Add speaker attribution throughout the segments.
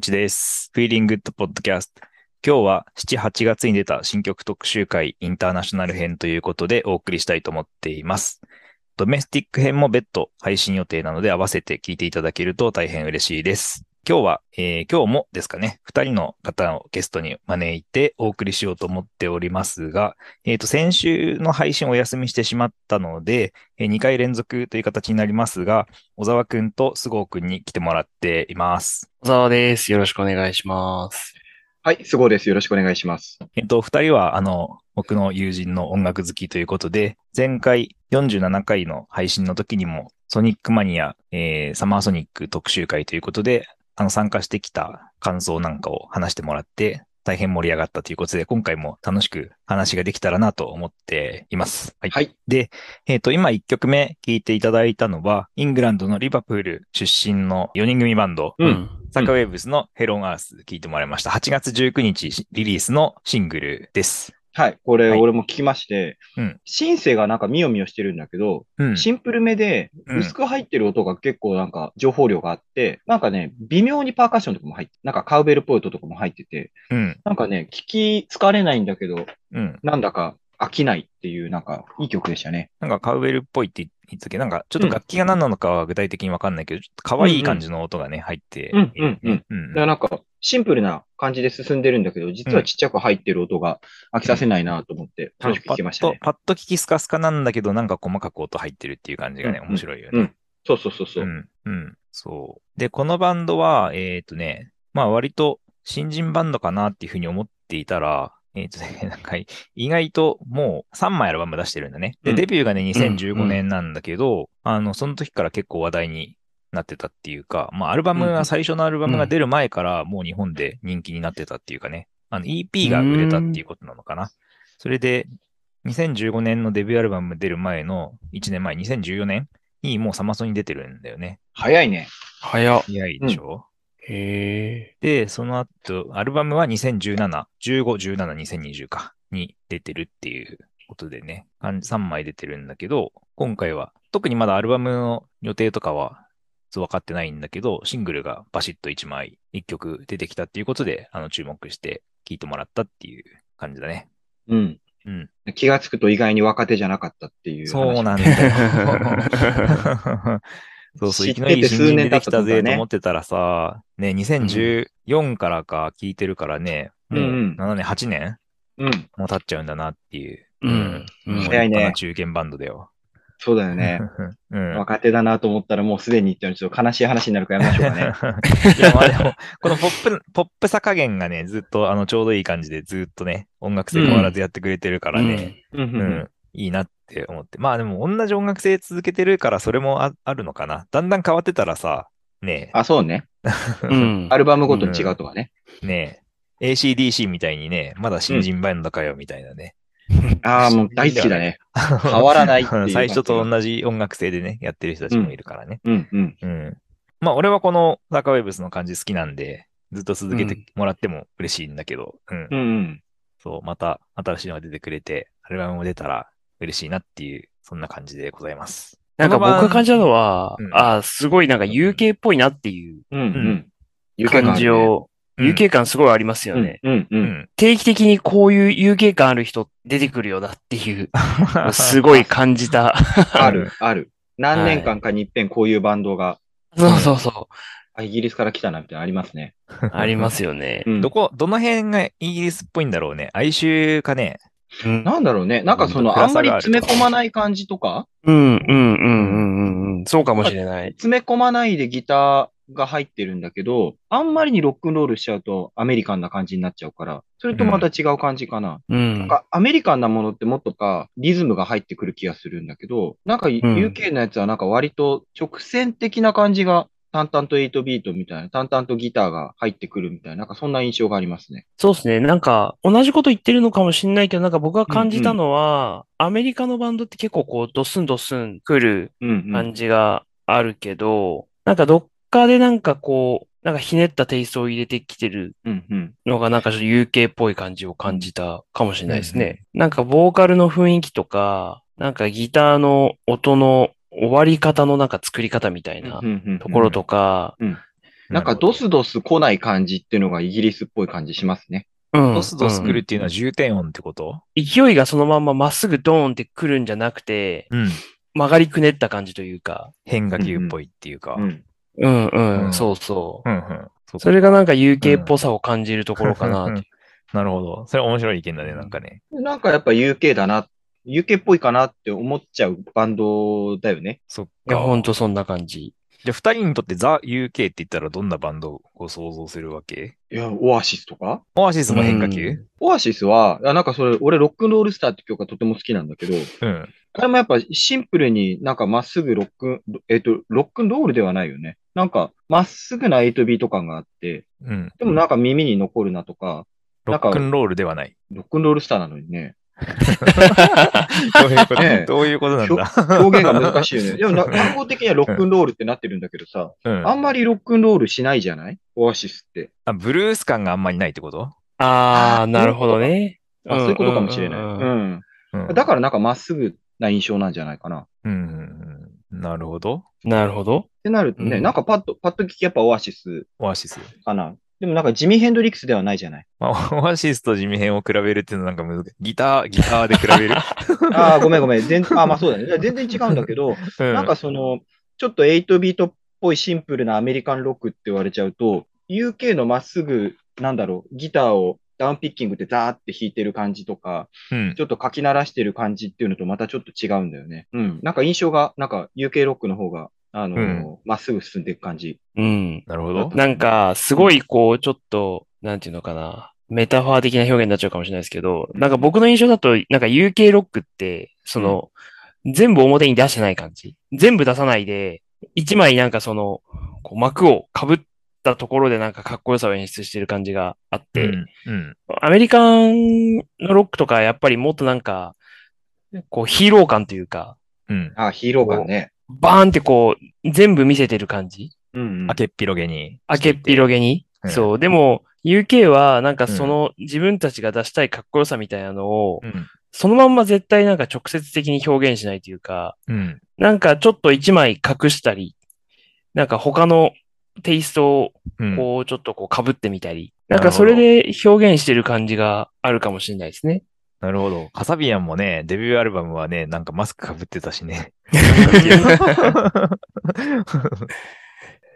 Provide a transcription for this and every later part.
Speaker 1: ちです。フィーリングッドポッドキャスト。今日は7、8月に出た新曲特集会インターナショナル編ということでお送りしたいと思っています。ドメスティック編も別途配信予定なので合わせて聞いていただけると大変嬉しいです。今日は、えー、今日もですかね、2人の方をゲストに招いてお送りしようと思っておりますが、えっ、ー、と、先週の配信をお休みしてしまったので、えー、2回連続という形になりますが、小沢くんと菅生くんに来てもらっています。
Speaker 2: 小沢です。よろしくお願いします。
Speaker 3: はい、菅生です。よろしくお願いします。
Speaker 1: えっ、ー、と、2人は、あの、僕の友人の音楽好きということで、前回47回の配信の時にも、ソニックマニア、えー、サマーソニック特集会ということで、あの、参加してきた感想なんかを話してもらって、大変盛り上がったということで、今回も楽しく話ができたらなと思っています。
Speaker 3: はい。はい、
Speaker 1: で、えっ、ー、と、今1曲目聴いていただいたのは、イングランドのリバプール出身の4人組バンド、
Speaker 3: うん、
Speaker 1: サカウェーブスのヘロンアース聴いてもらいました。8月19日リリースのシングルです。
Speaker 3: はい、これ、俺も聞きまして、
Speaker 1: はい、
Speaker 3: シンセがなんかみよみよしてるんだけど、うん、シンプルめで、薄く入ってる音が結構なんか情報量があって、うん、なんかね、微妙にパーカッションとかも入って、なんかカウベルっぽい音とかも入ってて、
Speaker 1: うん、
Speaker 3: なんかね、聞き疲れないんだけど、
Speaker 1: うん、
Speaker 3: なんだか飽きないっていう、なんかいい曲でしたね。
Speaker 1: なんかカウベルっぽいって言ってたけど、なんかちょっと楽器が何なのかは具体的にわかんないけど、ちょっと可愛い感じの音がね、入って。
Speaker 3: うんうんうん。うん、だからなんかシンプルな感じで進んでるんだけど、実はちっちゃく入ってる音が飽きさせないなと思って、楽しく聞きましたね、ね、
Speaker 1: うん、パッと聞きスカスカなんだけど、なんか細かく音入ってるっていう感じがね、面白いよね。。
Speaker 3: うん、うん、そうそうそうそう
Speaker 1: うん、うん、そう。で、このバンドは、えっ、ー、とね、まあ割と新人バンドかなっていうふうに思っていたら、えっ、ー、とね、 なんか、意外ともう3枚アルバム出してるんだね。で、デビューがね、2015年なんだけど、うんうん、あの、その時から結構話題になってたっていうか、まあ、アルバムが、最初のアルバムが出る前からもう日本で人気になってたっていうかね、あの、EP が売れたっていうことなのかな。それで、2015年のデビューアルバム出る前の1年前、2014年にもうサマソに出てるんだよね。
Speaker 3: 早いね。
Speaker 2: 早。
Speaker 1: 早いでしょ、うん
Speaker 2: へ
Speaker 1: で、その後、アルバムは2017、15、17、2020か、に出てるっていうことでね、3枚出てるんだけど、今回は、特にまだアルバムの予定とかは、分かってないんだけど、シングルがバシッと1枚、1曲出てきたっていうことで、あの、注目して聴いてもらったっていう感じだね。
Speaker 3: うん。
Speaker 1: うん、
Speaker 3: 気がつくと意外に若手じゃなかったっていう。
Speaker 1: そうなん だよ。そうそう、いきなり新人出てきたぜと思ってたらさ、ね、2014からか聞いてるからね、もう7年、8年、
Speaker 3: うん、
Speaker 1: もう経っちゃうんだなっていう。
Speaker 2: うん。うん、
Speaker 3: 早いね。
Speaker 1: 中堅バンドだよ。
Speaker 3: そうだよね。
Speaker 1: うん、
Speaker 3: 若手だなと思ったらもうすでにってちょっと悲しい話になるからやめましょうかね。
Speaker 1: いや、まあでも、このポップ、ポップさ加減がね、ずっとあのちょうどいい感じでずっとね、音楽性変わらずやってくれてるからね。
Speaker 3: うん。
Speaker 1: いいなって思って。まあでも同じ音楽性続けてるからそれもあるのかな。だんだん変わってたらさ、ね
Speaker 3: あ、そうね。
Speaker 2: うん、
Speaker 3: アルバムごとに違うとかね。
Speaker 1: うん、ねえ。ACDC みたいにね、まだ新人バンドかよみたいなね。
Speaker 3: うん、ああ、もう大好きだね。変わらない
Speaker 1: 最初と同じ音楽性でね、やってる人たちもいるからね。
Speaker 3: うん、うん、
Speaker 1: うん。まあ俺はこのサーカーウェブスの感じ好きなんで、ずっと続けてもらっても嬉しいんだけど、
Speaker 3: うん。うん、うん、
Speaker 1: そう、また新しいのが出てくれて、アルバムも出たら嬉しいなっていう、そんな感じでございます。
Speaker 2: なんか僕が感じたのは、うん、あすごいなんか UK っぽいなっていう感じを、
Speaker 3: うんうん、
Speaker 2: UK 感すごいありますよね、
Speaker 3: うんうんうん。
Speaker 2: 定期的にこういう UK 感ある人出てくるよなっていう、 すごい感じた。
Speaker 3: ある、ある。何年間かに一遍こういうバンドが。。
Speaker 2: そうそうそう
Speaker 3: イギリスから来たなみたいなありますね。
Speaker 2: ありますよね。
Speaker 1: どこ、どの辺がイギリスっぽいんだろうね。哀愁かね。
Speaker 3: うん、なんだろうね。なんかその、あんまり詰め込まない感じとか
Speaker 2: うんうんうんうんうん。そうかもしれない。
Speaker 3: 詰め込まないでギターが入ってるんだけど、あんまりにロックンロールしちゃうとアメリカンな感じになっちゃうから、それとまた違う感じかな。
Speaker 2: うん、
Speaker 3: なんかアメリカンなものってもっとか、リズムが入ってくる気がするんだけど、なんか UK のやつはなんか割と直線的な感じが淡々と8ビートみたいな、淡々とギターが入ってくるみたいな、なんかそんな印象がありますね。
Speaker 2: そうですね。なんか、同じこと言ってるのかもしれないけど、なんか僕が感じたのは、うんうん、アメリカのバンドって結構こう、ドスンドスン来る感じがあるけど、うんうん、なんかどっかでなんかこう、なんかひねったテイストを入れてきてるのがなんかちょっと UK っぽい感じを感じたかもしれないですね。うんうん、なんかボーカルの雰囲気とか、なんかギターの音の終わり方のなんか作り方みたいなところとか、
Speaker 3: なんかドスドス来ない感じっていうのがイギリスっぽい感じしますね。
Speaker 2: うん
Speaker 1: ドスドス
Speaker 2: う
Speaker 1: 来
Speaker 2: ん
Speaker 1: るっていうのは重点音ってこと
Speaker 2: 勢いがそのまんままっすぐドーンって来るんじゃなくて、
Speaker 1: うん。
Speaker 2: 曲がりくねった感じというか。
Speaker 1: 変化球っぽいっていうか。
Speaker 3: う
Speaker 1: うん
Speaker 3: ん。
Speaker 2: うんうん、
Speaker 1: うん
Speaker 2: そうそう。
Speaker 1: うん。そう
Speaker 2: それがなんか UK っぽさを感じるところかなっていう。
Speaker 1: なるほど。それ面白い意見だね、なんかね。
Speaker 3: なんかやっぱ UK だな、UK っぽいかなって思っちゃうバンドだよね。
Speaker 1: そっ
Speaker 2: いや、
Speaker 1: か。
Speaker 2: ほんとそんな感じ。
Speaker 1: じゃあ、二人にとってザ・ UK って言ったらどんなバンドを想像するわけ
Speaker 3: いや、オアシスとか
Speaker 1: オアシスの変化球
Speaker 3: オアシスは、いやなんかそれ、俺ロックンロールスターって曲がとても好きなんだけど、
Speaker 1: うん。
Speaker 3: あれもやっぱシンプルになんかまっすぐロックン、えっ、と、ロックンロールではないよね。なんかまっすぐな8ビート感があって、
Speaker 1: うん。
Speaker 3: でもなんか耳に残るなとか、
Speaker 1: ロ
Speaker 3: なんか
Speaker 1: ックンロールではない。
Speaker 3: ロックンロールスターなのにね、
Speaker 1: どういうこと、
Speaker 3: ねえ
Speaker 1: どういうことなんだ
Speaker 3: 表現が難しい よね。でもな、単語的にはロックンロールってなってるんだけどさ、
Speaker 1: うん
Speaker 3: あんまりロックンロールしないじゃないオアシスって。
Speaker 1: あブルース感があんまりないってこと
Speaker 2: あ
Speaker 3: あ
Speaker 2: ー、なるほどね。
Speaker 3: あそういうことかもしれない。
Speaker 2: う
Speaker 3: うん
Speaker 2: うん
Speaker 3: ん
Speaker 2: うん
Speaker 1: うん
Speaker 3: だからなんかまっすぐな印象なんじゃないかな。っ
Speaker 1: うん。なるほど。
Speaker 2: なるほど。
Speaker 3: てなるとね、
Speaker 2: うん
Speaker 3: なんかパッと、パッと聞きやっぱオアシス
Speaker 1: オアシス。
Speaker 3: かな。でもなんかジミー・ヘンドリックスではない じゃない。
Speaker 1: まあ、オアシスと地味編を比べるっていうのはなんか難しい。ギター、ギターで比べる。
Speaker 3: ああ、ごめんごめん。全あまあそうだね。いや全然違うんだけど、
Speaker 1: う
Speaker 3: なんかその、ちょっと8ビートっぽいシンプルなアメリカンロックって言われちゃうと、UK のまっすぐ、なんだろう、ギターをダウンピッキングでザーって弾いてる感じとか、
Speaker 1: うん
Speaker 3: ちょっとかき鳴らしてる感じっていうのとまたちょっと違うんだよね。うん。なんか印象が、なんか UK ロックの方が、あのー
Speaker 1: うん
Speaker 3: まっすぐ進んでいく感じ。
Speaker 2: うん。
Speaker 1: なるほど。
Speaker 2: なんか、すごいこう、ちょっと、なんていうのかな。メタファー的な表現になっちゃうかもしれないですけど、なんか僕の印象だと、なんか UK ロックって、その、全部表に出してない感じ。全部出さないで、一枚なんかその、こう幕を被ったところでなんかかっこよさを演出してる感じがあっ
Speaker 1: う
Speaker 2: て、
Speaker 1: ん。うん。
Speaker 2: アメリカンのロックとか、やっぱりもっとなんか、こうヒーロー感というか、
Speaker 1: うん。
Speaker 3: あ、ヒーロー感ね。
Speaker 2: バーンってこう、全部見せてる感じ。
Speaker 3: うん、うん
Speaker 1: 明けっぴろげに。
Speaker 2: 明けっぴろげに。
Speaker 1: うん
Speaker 2: そう。でも、UK は、なんかその自分たちが出したいかっこよさみたいなのを、
Speaker 1: うん。
Speaker 2: そのまんま絶対なんか直接的に表現しないというか、
Speaker 1: うん。
Speaker 2: なんかちょっと一枚隠したり、なんか他のテイストを
Speaker 1: うん。
Speaker 2: こうちょっとこう被ってみたり、
Speaker 1: な
Speaker 2: なん
Speaker 1: るほど
Speaker 2: かそれで表現してる感じがあるかもしれないです ね。
Speaker 1: なるほど。カサビアンもね、デビューアルバムはね、なんかマスクかぶってたしね。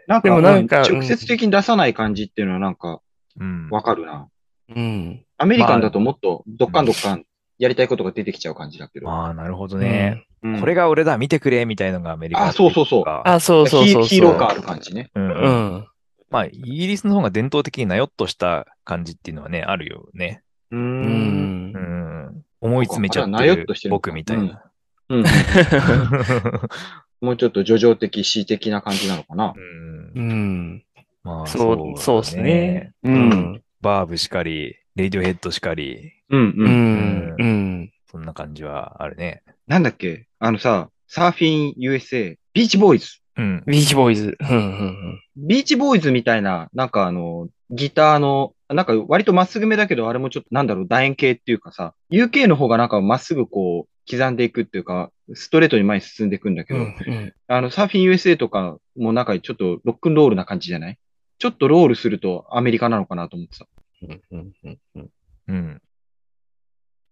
Speaker 3: なんか、
Speaker 2: でもなんか
Speaker 3: 直接的に出さない感じっていうのはなんか
Speaker 1: うん。
Speaker 3: わかるな。
Speaker 2: うん。
Speaker 3: アメリカンだともっとどっかんどっかんやりたいことが出てきちゃう感じだけど。
Speaker 1: ああ、なるほどね。
Speaker 3: うん
Speaker 1: これが俺だ、見てくれ、みたいのがアメリカ。
Speaker 3: あそうそうそう
Speaker 1: あ、
Speaker 2: あ、そうそうそうそう。
Speaker 3: ヒーヒーロー感ある感じね。
Speaker 1: う。
Speaker 2: うんん。
Speaker 1: まあ、イギリスの方が伝統的になよっとした感じっていうのはね、あるよね。
Speaker 3: う。
Speaker 2: うんん
Speaker 1: う。ん。思い詰めちゃって
Speaker 3: なよっ
Speaker 1: る
Speaker 3: としてる
Speaker 1: 僕みたいな。
Speaker 3: うん。もうちょっと叙情的、詩的な感じなのかな。
Speaker 1: うん
Speaker 2: うん。
Speaker 1: まあ、
Speaker 2: そう、そうですね。。う
Speaker 3: うん
Speaker 2: ん。
Speaker 1: バーブしかり、レディオヘッドしかり、
Speaker 3: うん
Speaker 2: う
Speaker 3: うん。
Speaker 2: ん。うん。
Speaker 1: そんな感じはあるね。
Speaker 3: なんだっけあのさ、サーフィン USA、ビーチボーイズ。
Speaker 1: うん。
Speaker 2: ビーチボーイズ。うんうん
Speaker 3: ビーチボーイズみたいな、なんかあの、ギターの、なんか割とまっすぐめだけど、あれもちょっとなんだろう、楕円形っていうかさ、UK の方がなんかまっすぐこう、刻んでいくっていうか、ストレートに前に進んでいくんだけ
Speaker 2: う
Speaker 3: ど、
Speaker 2: ん。うん
Speaker 3: あの、サーフィン USA とかもなんかちょっとロックンロールな感じじゃないちょっとロールするとアメリカなのかなと思ってた。
Speaker 2: うんうんうんうん。
Speaker 1: うん。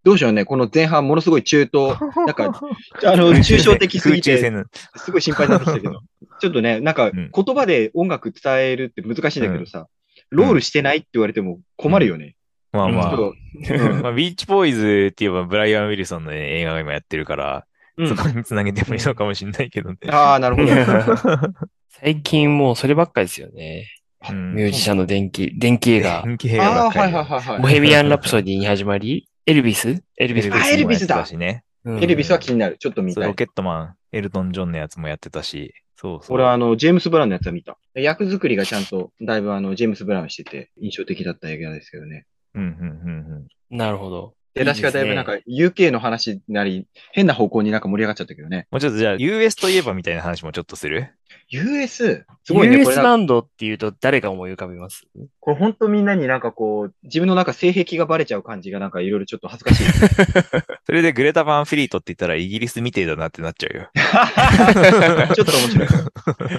Speaker 3: どうしようね、この前半ものすごい中東、なんか、あの、抽象的すぎ
Speaker 1: 空中
Speaker 3: て、
Speaker 1: 戦
Speaker 3: すごい心配になってきたけど、 ちょっとね、なんか
Speaker 1: うん
Speaker 3: 言葉で音楽伝えるって難しいんだけどさ、ロールしてないって言われても困るよね。
Speaker 1: まあま
Speaker 3: ち
Speaker 1: あ
Speaker 3: ょっ。とうん
Speaker 1: まあ、ビーチボーイズって言えば、ブライアン・ウィルソンのね、映画が今やってるから、
Speaker 3: うん
Speaker 1: そこにつなげてもいいのかもしれないけどね。
Speaker 3: ああ、なるほど。
Speaker 2: 最近もうそればっかりですよね。
Speaker 1: うん
Speaker 2: ミュージシャンの電気、電気映画。
Speaker 1: 電気映画ばっ
Speaker 3: ああー、
Speaker 1: か
Speaker 3: はい
Speaker 1: り
Speaker 3: はいはい
Speaker 2: ボ
Speaker 3: は
Speaker 2: ヘミアン・ラプソディに始まり、エルビスエルビス
Speaker 3: あエルビスだ
Speaker 1: もやってたしね。
Speaker 3: い。エルビスは
Speaker 2: き
Speaker 3: 気になる。ちょっと見
Speaker 1: そう
Speaker 3: た
Speaker 1: ロ
Speaker 3: い。
Speaker 1: ケットマン、エルトン・ジョンのやつもやってたし、そうそう。
Speaker 3: 俺はあの、ジェームス・ブラウンのやつは見た。役作りがちゃんと、だいぶあの、ジェームス・ブラウンしてて、印象的だった映画ですけどね。
Speaker 1: うん、うん、うん、うん。
Speaker 2: なるほど。
Speaker 3: 出だしがだいぶなんか、UK の話なり、変な方向になんか盛り上がっちゃったけどね。
Speaker 1: もうちょっとじゃあ、US といえばみたいな話もちょっとす る
Speaker 3: US、すごいね。こ
Speaker 2: US
Speaker 3: れな
Speaker 2: ランドっていうと誰が思い浮かびます
Speaker 3: これ本 当みんなになんかこう、自分のなんか性癖がバレちゃう感じがなんかいろいろちょっと恥ずかしい。
Speaker 1: そそれでグレタ・バンフィリートって言ったらイギリスみてえだなってなっちゃうよ。
Speaker 3: ちょっと面白い。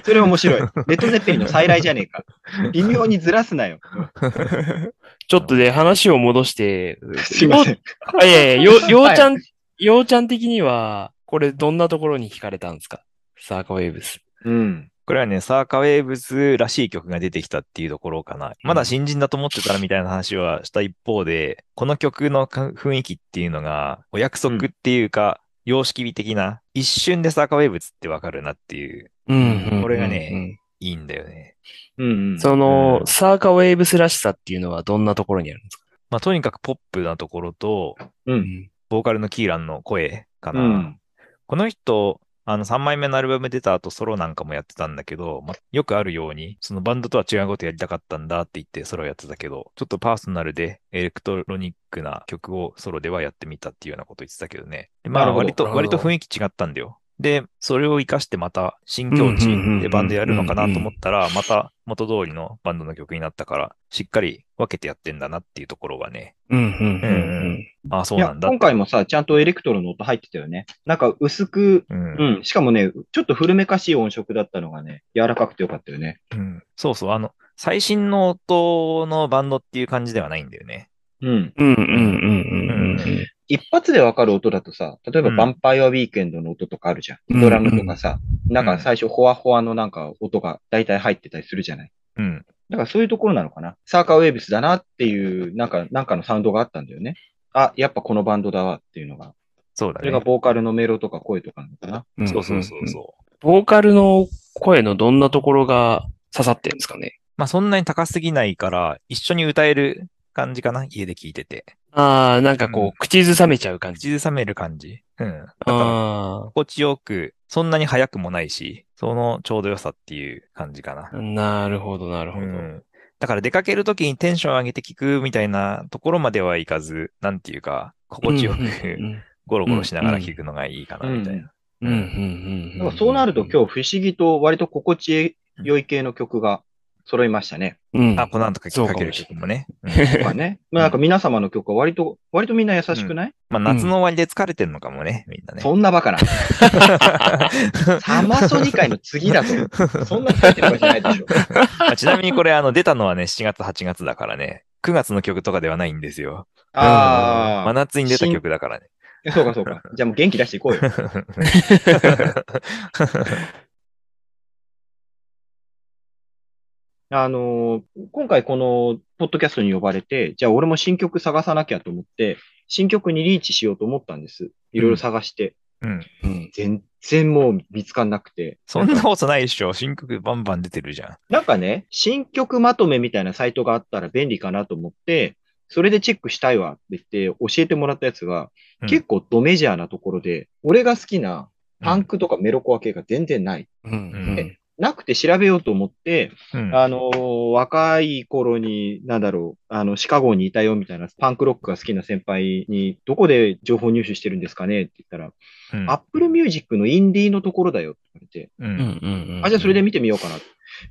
Speaker 3: それ面白い。レッド・ゼッペリンの再来じゃねえか。微妙にずらすなよ。
Speaker 2: ちょっとで、話を戻して、
Speaker 3: すいません。
Speaker 2: あいやいや、よ、ようちゃん、ようちゃん的には、これどんなところに惹かれたんですかサーカーウェイブス。
Speaker 3: うん。
Speaker 1: これはね、サーカーウェイブズらしい曲が出てきたっていうところかな。まだ新人だと思ってたらみたいな話はした一方で、この曲のか雰囲気っていうのが、お約束っていうか、様式的な、一瞬でサーカーウェイブズってわかるなっていう、
Speaker 2: うん
Speaker 1: これがね、いいんだよね。
Speaker 3: うん、うん。
Speaker 2: その、
Speaker 1: うん
Speaker 2: サーカーウェイブスらしさっていうのはどんなところにあるんですか
Speaker 1: まあ、とにかくポップなところと、
Speaker 3: う。
Speaker 2: うんん。
Speaker 1: ボーカルのキーランの声か
Speaker 3: う
Speaker 1: な。
Speaker 3: ん。
Speaker 1: この人、あの3枚目のアルバム出た後ソロなんかもやってたんだけど、まあ、よくあるように、そのバンドとは違うことやりたかったんだって言ってソロやってたけど、ちょっとパーソナルでエレクトロニックな曲をソロではやってみたっていうようなこと言ってたけどね。でま
Speaker 3: なる
Speaker 1: あ
Speaker 3: ほど
Speaker 1: 割と、
Speaker 2: なるほ
Speaker 1: 割
Speaker 2: ど
Speaker 1: と雰囲気違ったんだよ。で、それを活かしてまた新境
Speaker 2: うんうんうんうん
Speaker 1: 地でバンドやるのかなと思ったら、また元通りのバンドの曲になったから、しっかり分けてやってんだなっていうところはね、
Speaker 2: うん、うん、う
Speaker 1: うん
Speaker 2: ん。
Speaker 1: ああ、そ
Speaker 3: いう
Speaker 1: な
Speaker 3: や、
Speaker 1: んだって
Speaker 3: 今回もさ、ちゃんとエレクトロの音入ってたよね。なんか薄く、
Speaker 1: うん
Speaker 3: うん。しかもね、ちょっと古めかしい音色だったのがね、柔らかくてよかったよね。
Speaker 1: うん、そうそう、あの、最新の音のバンドっていう感じではないんだよね。
Speaker 3: うん。
Speaker 2: うん、うん、うん、うん。
Speaker 3: 一発でわかる音だとさ、例えば
Speaker 1: うん
Speaker 3: ヴァンパイアウィークエンドの音とかあるじゃ
Speaker 2: うん
Speaker 3: ん。ドラムとかさ、なんか最初ホワホワのなんか音が大体入ってたりするじゃない。
Speaker 1: うん。
Speaker 3: だからそういうところなのかな。サーカーウェイブスだなっていう、なんか、なんかのサウンドがあったんだよね。あ、やっぱこのバンドだわっていうのが。
Speaker 1: そうだ
Speaker 3: そ
Speaker 1: ね
Speaker 3: れが。ボーカルのメロとか声とかなのかな。
Speaker 2: ん
Speaker 1: そうそうそう。そう。
Speaker 2: ボーカルの声のどんなところが刺さってるんですかね
Speaker 1: まあそんなに高すぎないから、一緒に歌える感じかな家で聴いてて。
Speaker 2: ああ、なんかこう、
Speaker 1: うん
Speaker 2: 口ずさめちゃう感じ。
Speaker 1: 口ずさめる感じ。うん。だから、
Speaker 2: あ
Speaker 1: 心地よく、そんなに速くもないし、そのちょうど良さっていう感じかな
Speaker 2: あ、。なるほど、なるほ
Speaker 1: う
Speaker 2: ど。
Speaker 1: ん。だから出かけるときにテンション上げて聴くみたいなところまではいかず、なんていうか、心地よ
Speaker 2: うん
Speaker 1: くゴロゴロしながら聴くのがいいかな、みたいな。
Speaker 2: うん、うん、うん。
Speaker 3: だからそうなると
Speaker 2: 日、
Speaker 3: 今日不思議と割と心地よい系の曲が揃いましたね。
Speaker 2: うん、
Speaker 1: あ、この後か
Speaker 2: そうか
Speaker 1: か
Speaker 2: も
Speaker 1: ける
Speaker 2: しれ
Speaker 1: 曲もね。 うん
Speaker 3: とかね。まあなんか皆様の曲は割と、割とみんな優しくない、
Speaker 1: まあ、夏の終わりで疲れてるのかもね、みんなね。
Speaker 3: そんなバカな。サマソニ会の次だぞ。 そんな書いてるわけじゃないでしょ。
Speaker 1: あちなみにこれ、あの、出たのはね、7月、8月だからね、9月の曲とかではないんですよ。
Speaker 3: あ
Speaker 1: 真夏に出た曲だ からね。
Speaker 3: あ、そうかそ うか。じゃあもう元気出していこうよ。あのー今回このポッドキャストに呼ばれて、じゃあ俺も新曲探さなきゃと思って、新曲にリーチしようと思ったんです。いろいろ探して。
Speaker 1: うん。
Speaker 2: うん、
Speaker 3: 全然もう見つかんなくて。
Speaker 1: そんなことないでしょ。新曲バンバン出てるじゃん。
Speaker 3: なんかね、新曲まとめみたいなサイトがあったら便利かなと思って、それでチェックしたいわって言って教えてもらったやつが、
Speaker 1: うん
Speaker 3: 結構ドメジャーなところで、俺が好きなパンクとかメロコア系が全然ない。
Speaker 2: うん、
Speaker 3: なくて調べようと思って、
Speaker 1: うん。
Speaker 3: あのー若い頃に、なんだろう、あの、シカゴにいたよみたいな、パンクロックが好きな先輩に、どこで情報入手してるんですかねって言ったら、
Speaker 1: うん
Speaker 3: アップルミュージックのインディーのところだよって言われて、
Speaker 1: う
Speaker 2: うんん、うん。
Speaker 3: あ、じゃあそれで見てみようかな。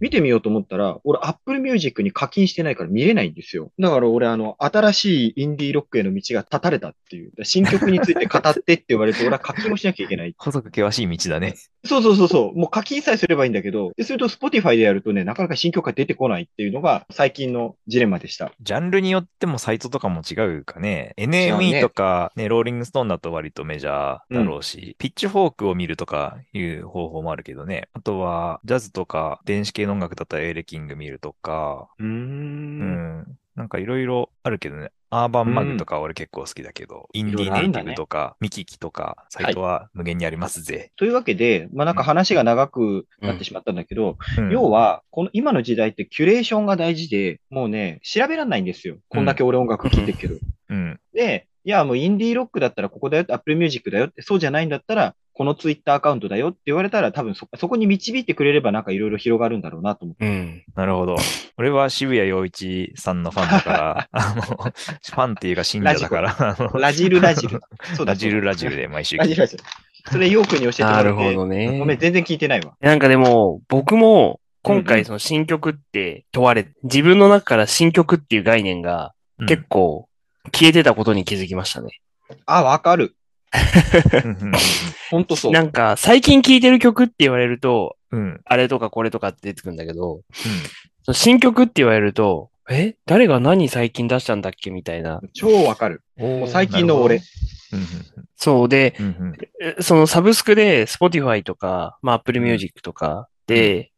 Speaker 3: 見てみようと思ったら、俺、Apple Music に課金してないから見れないんですよ。だから俺、あの、新しいインディーロックへの道が断たれたっていう。新曲について語ってって言われて、俺は課金をしなきゃいけない。
Speaker 1: 細く険しい道だね。
Speaker 3: そうそうそうそう。もう課金さえすればいいんだけど、でそれと Spotify でやるとね、なかなか新曲が出てこないっていうのが最近のジレンマでした。
Speaker 1: ジャンルによってもサイトとかも違うかね。
Speaker 3: うね
Speaker 1: NME とか、ね、ローリングストーンだと割とメジャーだろうし、ピッチフォークを見るとかいう方法もあるけどね。あとは、ジャズとか、電子系の音楽だったらエーレキング見るとか、
Speaker 3: うー。
Speaker 1: うんん。なんかいろいろあるけどね。アーバンマグとかは俺結構好きだけど、インディ
Speaker 3: いろい
Speaker 1: ー
Speaker 3: ろあ
Speaker 1: ネ
Speaker 3: るん
Speaker 1: イ
Speaker 3: だ
Speaker 1: テ
Speaker 3: ね
Speaker 1: ィブとか、ミキキとか、サイトは無限にありますぜ。
Speaker 3: というわけで、まあなんか話が長くなってしまったんだけど、
Speaker 1: うん
Speaker 3: 要は、この今の時代ってキュレーションが大事で、もうね、調べられないんですよ。こんだけ俺音楽聴いてるけど。
Speaker 1: うん。
Speaker 3: で、いや、もうインディーロックだったらここだよって、Apple Music だよって、そうじゃないんだったら、このツイッターアカウントだよって言われたら、多分そ、そこに導いてくれればなんかいろいろ広がるんだろうなと思って。
Speaker 2: うん。
Speaker 1: なるほど。俺は渋谷陽一さんのファンだ から、あの、ファンっていうか信者だから、あの
Speaker 3: ラジル ラジル。そうだ
Speaker 1: ラジルラジル。で毎週
Speaker 3: ラジルラジル。それ、ヨークに教えてもら
Speaker 2: な
Speaker 3: って。
Speaker 2: るほど
Speaker 3: ごめん、
Speaker 2: ね。
Speaker 3: 全然聞いてないわ。
Speaker 2: なんかでも、僕も、今
Speaker 3: うんう
Speaker 2: 回
Speaker 3: ん
Speaker 2: その新曲って問われ、自分の中から新曲っていう概念が
Speaker 1: うん
Speaker 2: 結構消えてたことに気づきましたね。
Speaker 3: あ、わかる。ほんとそう。
Speaker 2: なんか、最近聴いてる曲って言われると、
Speaker 1: うんうん。
Speaker 2: あれとかこれとかって出てくるんだけど、その新曲って言われると、え誰が何最近出したんだっけみたいな。
Speaker 3: 超わかる。
Speaker 1: も
Speaker 3: もう最近の俺。。
Speaker 2: そうで、
Speaker 1: うんうん
Speaker 2: えそのサブスクで Spotify とか、まあ Apple Music とかで、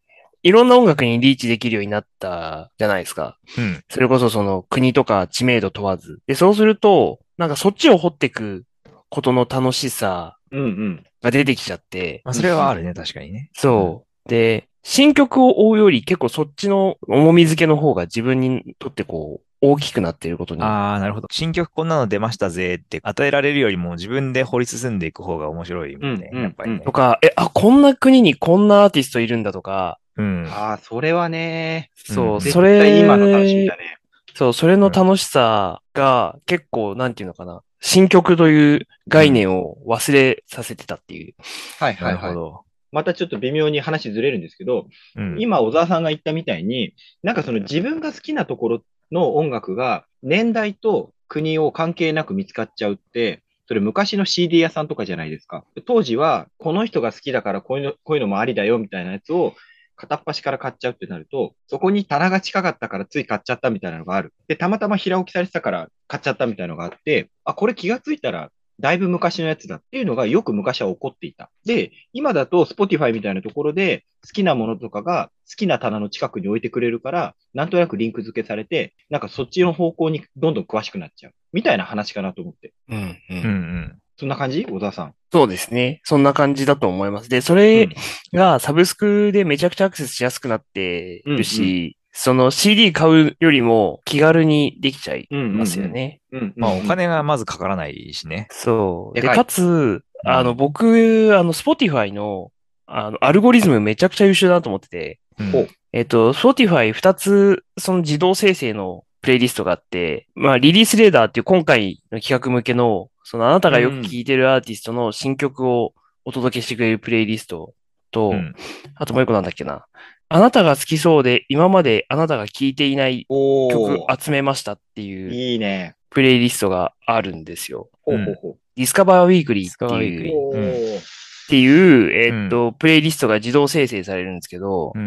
Speaker 2: いろんな音楽にリーチできるようになったじゃないですか。
Speaker 1: うん
Speaker 2: それこそその国とか知名度問わず。で、そうすると、なんかそっちを掘っていくことの楽しさ
Speaker 3: うんうん。
Speaker 2: が出てきちゃって、
Speaker 1: まあ、それはあるね、確かにね。
Speaker 2: そう。で、新曲を追うより結構そっちの重み付けの方が自分にとってこう、大きくなっていることに。
Speaker 1: ああ、なるほど。新曲こんなの出ましたぜって与えられるよりも自分で掘り進んでいく方が面白いもんね。
Speaker 3: うんうん
Speaker 1: やっぱりね
Speaker 2: と。か、え、あ、こんな国にこんなアーティストいるんだとか、
Speaker 1: うん。
Speaker 3: ああ、それはね。
Speaker 2: そう、
Speaker 1: うん
Speaker 2: それ、
Speaker 3: 絶対今の楽しみだね。
Speaker 2: そう、それの楽しさが結構、なんていうのかな、新曲という概念を忘れさせてたっていう。
Speaker 3: はいは
Speaker 1: ないるほ
Speaker 3: はい。
Speaker 1: ど。
Speaker 3: またちょっと微妙に話ずれるんですけど、
Speaker 1: うん
Speaker 3: 今小沢さんが言ったみたいに、なんかその自分が好きなところの音楽が年代と国を関係なく見つかっちゃうって、それ昔の CD 屋さんとかじゃないですか。当時はこの人が好きだからこういうのこういうのもありだよみたいなやつを片っ端から買っちゃうってなると、そこに棚が近かったからつい買っちゃったみたいなのがある。で、たまたま平置きされてたから買っちゃったみたいなのがあって、あ、これ気がついたらだいぶ昔のやつだっていうのがよく昔は起こっていた。で、今だと Spotify みたいなところで好きなものとかが好きな棚の近くに置いてくれるから、なんとなくリンク付けされて、なんかそっちの方向にどんどん詳しくなっちゃう。みたいな話かなと思って。
Speaker 2: うん、
Speaker 1: う
Speaker 2: う
Speaker 1: んう。ん。
Speaker 3: そんな感じ小沢さん。
Speaker 2: そうですね。そんな感じだと思います。で、それ
Speaker 3: うん
Speaker 2: がサブスクでめちゃくちゃアクセスしやすくなっている
Speaker 3: うんう
Speaker 2: し、その CD 買うよりも気軽にできちゃい
Speaker 3: うんうんうん
Speaker 2: ますよね。
Speaker 3: うんうんうん
Speaker 1: まあ、お金がまずかからないしね。
Speaker 2: そう。で、
Speaker 3: でかい
Speaker 2: かつ、
Speaker 1: うん
Speaker 2: あの、僕、あの、Spotify の、あの、アルゴリズムめちゃくちゃ優秀だなと思ってて、
Speaker 1: うん
Speaker 3: ほう
Speaker 2: えっと、Spotify 2つ、その自動生成のプレイリストがあって、まあ、リリースレーダーっていう今回の企画向けの、そのあなたがよく聴いてるアーティストの新曲をお届けしてくれるプレイリストと、
Speaker 1: うん
Speaker 2: あともう一個なんだっけな。あなたが好きそうで、今まであなたが聴いていない
Speaker 3: お
Speaker 2: 曲
Speaker 3: ー
Speaker 2: 集めましたっていう
Speaker 3: いいね。
Speaker 2: プレイリストがあるんですよ。
Speaker 3: ほうほうほう。
Speaker 2: ディスカバーウィークリー
Speaker 1: ディ
Speaker 2: って
Speaker 1: スカバーウィーク
Speaker 2: い
Speaker 1: リ
Speaker 2: う
Speaker 1: ー、
Speaker 3: おー
Speaker 2: っていう、えーっと、プレイリストが自動生成されるんですけど、
Speaker 1: うんうん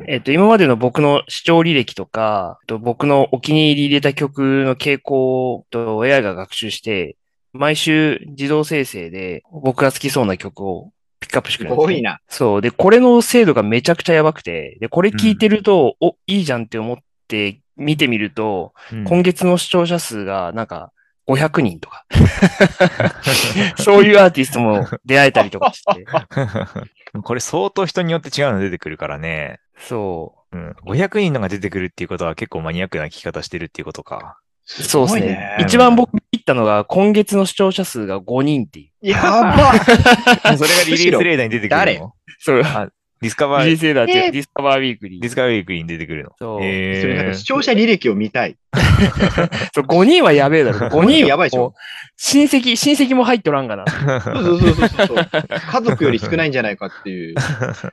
Speaker 1: うん
Speaker 2: えーっと、今までの僕の視聴履歴とか、えっと僕のお気に入り入れた曲の傾向をえっと AI が学習して、毎週自動生成で僕が好きそうな曲をピックアップしてく
Speaker 3: す
Speaker 2: れるんです
Speaker 3: ご
Speaker 2: ね
Speaker 3: いな。
Speaker 2: そう。で、これの精度がめちゃくちゃやばくて、で、これ聞いてると、お、いいじゃんって思って見てみると、
Speaker 1: うん
Speaker 2: 今月の視聴者数がなんか500人とか、そういうアーティストも出会えたりとかして、
Speaker 1: これ相当人によって違うの出てくるからね。
Speaker 2: そう。
Speaker 1: うん、500人のが出てくるっていうことは結構マニアックな聞き方してるっていうこと か。
Speaker 2: そうです
Speaker 3: ごい
Speaker 2: ね。
Speaker 1: ね
Speaker 2: 一番僕ビビったのが、今月の視聴者数が5人っていう。
Speaker 3: やば
Speaker 1: それがリリースレーダーに出てくる
Speaker 3: 誰
Speaker 1: の
Speaker 2: そう。
Speaker 1: ディスカバ
Speaker 2: 人
Speaker 1: ー、
Speaker 2: 生だって、
Speaker 3: えー
Speaker 2: ディスカバーウィークリ
Speaker 1: ディ
Speaker 2: ー。
Speaker 1: スカバーウィークリーに出てくるの。
Speaker 2: そう。
Speaker 3: それなん
Speaker 1: え
Speaker 3: か視聴者履歴を見たい。
Speaker 2: そう5人はやべ えだろ。5人は。
Speaker 3: やばいでしょ。
Speaker 2: 親戚、親戚も入っとらんがな。
Speaker 3: そうそうそうそうそう。家族より少ないんじゃないかっていう。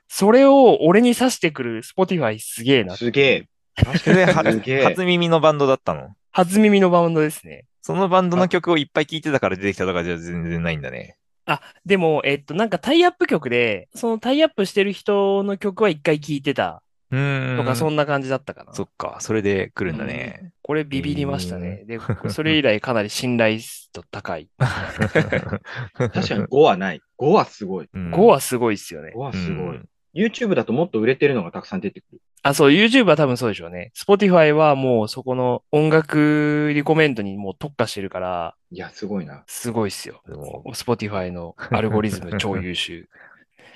Speaker 2: それを俺に刺してくる Spotify すげえな。
Speaker 3: すげえ。確
Speaker 1: それ
Speaker 3: かに
Speaker 1: 初
Speaker 3: すげえ
Speaker 1: 初。耳のバンドだったの。
Speaker 2: 初耳のバウンドですね。
Speaker 1: そのバンドの曲をいっぱい聴いてたから出てきたとかじゃ全然ないんだね。
Speaker 2: あ、でも、えっと、なんかタイアップ曲で、そのタイアップしてる人の曲は一回聴いてた
Speaker 1: うーん。
Speaker 2: とか、そんな感じだったかな。
Speaker 1: そっか、それで来るんだね。
Speaker 2: これビビりましたね。で、それ以来かなり信頼度高い。
Speaker 3: 確かに5はない。5はすごい。
Speaker 2: 5
Speaker 1: 5
Speaker 2: はすごいっすよね
Speaker 3: 5。はすごい。
Speaker 1: い。
Speaker 3: YouTube だともっと売れてるのがたくさん出てくる。
Speaker 2: あ、そう、YouTube は多分そうでしょうね。Spotify はもうそこの音楽リコメンドにもう特化してるから、
Speaker 3: いや、すごいな。
Speaker 2: すごいっすよ。
Speaker 1: で も
Speaker 2: Spotify のアルゴリズム超優秀。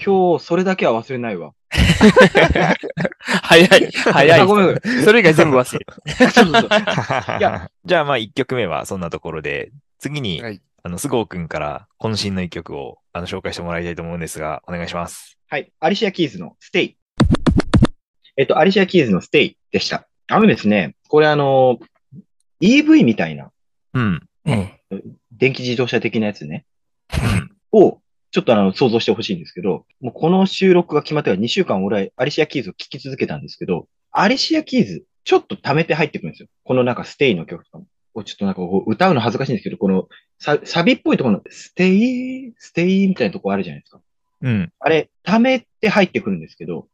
Speaker 3: 今日、それだけは忘れないわ。
Speaker 2: 早い、早
Speaker 3: あごめん
Speaker 2: い。
Speaker 3: ごめん。
Speaker 2: それ以外全部忘れる。
Speaker 3: あそうそうそう。いや
Speaker 1: じゃあまあ1曲目はそんなところで、次に、
Speaker 2: はい
Speaker 1: あの、菅生くんから渾身の一曲をあの紹介してもらいたいと思うんですが、お願いします。
Speaker 3: はい。アリシア・キーズのステイ。えっと、アリシア・キーズのステイでした。あのですね、これあの、EV みたいな、
Speaker 1: うん。
Speaker 2: うん。
Speaker 3: 電気自動車的なやつね。を、ちょっとあの、想像してほしいんですけど、もうこの収録が決まってから2週間俺はアリシア・キーズを聴き続けたんですけど、アリシア・キーズ、ちょっと溜めて入ってくるんですよ。このなんかステイの曲とかも。をちょっとなんかこう歌うの恥ずかしいんですけど、このササビっぽいところのステイ、ステイみたいなとこあるじゃないですか。
Speaker 1: うん。
Speaker 3: あれ、溜めて入ってくるんですけど、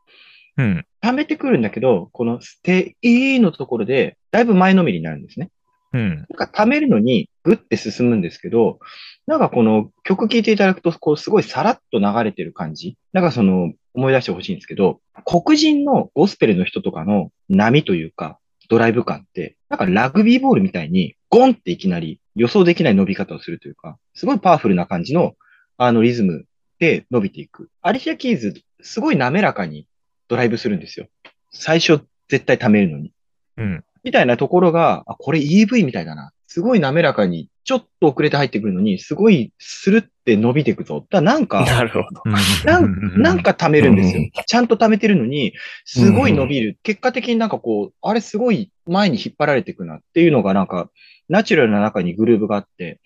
Speaker 1: うん。
Speaker 3: 溜めてくるんだけど、このステイのところで、だいぶ前のめりになるんですね。
Speaker 1: うん。
Speaker 3: なんか溜めるのにグッて進むんですけど、なんかこの曲聴いていただくと、こうすごいさらっと流れてる感じ。なんかその思い出してほしいんですけど、黒人のゴスペルの人とかの波というか、ドライブ感って、なんかラグビーボールみたいにゴンっていきなり予想できない伸び方をするというか、すごいパワフルな感じのあのリズムで伸びていく。アリシア・キーズ、すごい滑らかにドライブするんですよ。最初絶対溜めるのに。
Speaker 1: うん。
Speaker 3: みたいなところが、あ、これ EV みたいだな。すごい滑らかに、ちょっと遅れて入ってくるのに、すごいスルって伸びていくぞ。だからな んか、
Speaker 2: なるほど。
Speaker 3: なんなんか溜めるんですよ
Speaker 1: うん。
Speaker 3: ちゃんと溜めてるのに、すごい伸びる。結果的になんかこう、あれすごい前に引っ張られていくなっていうのがなんか、ナチュラルな中にグルーブがあって、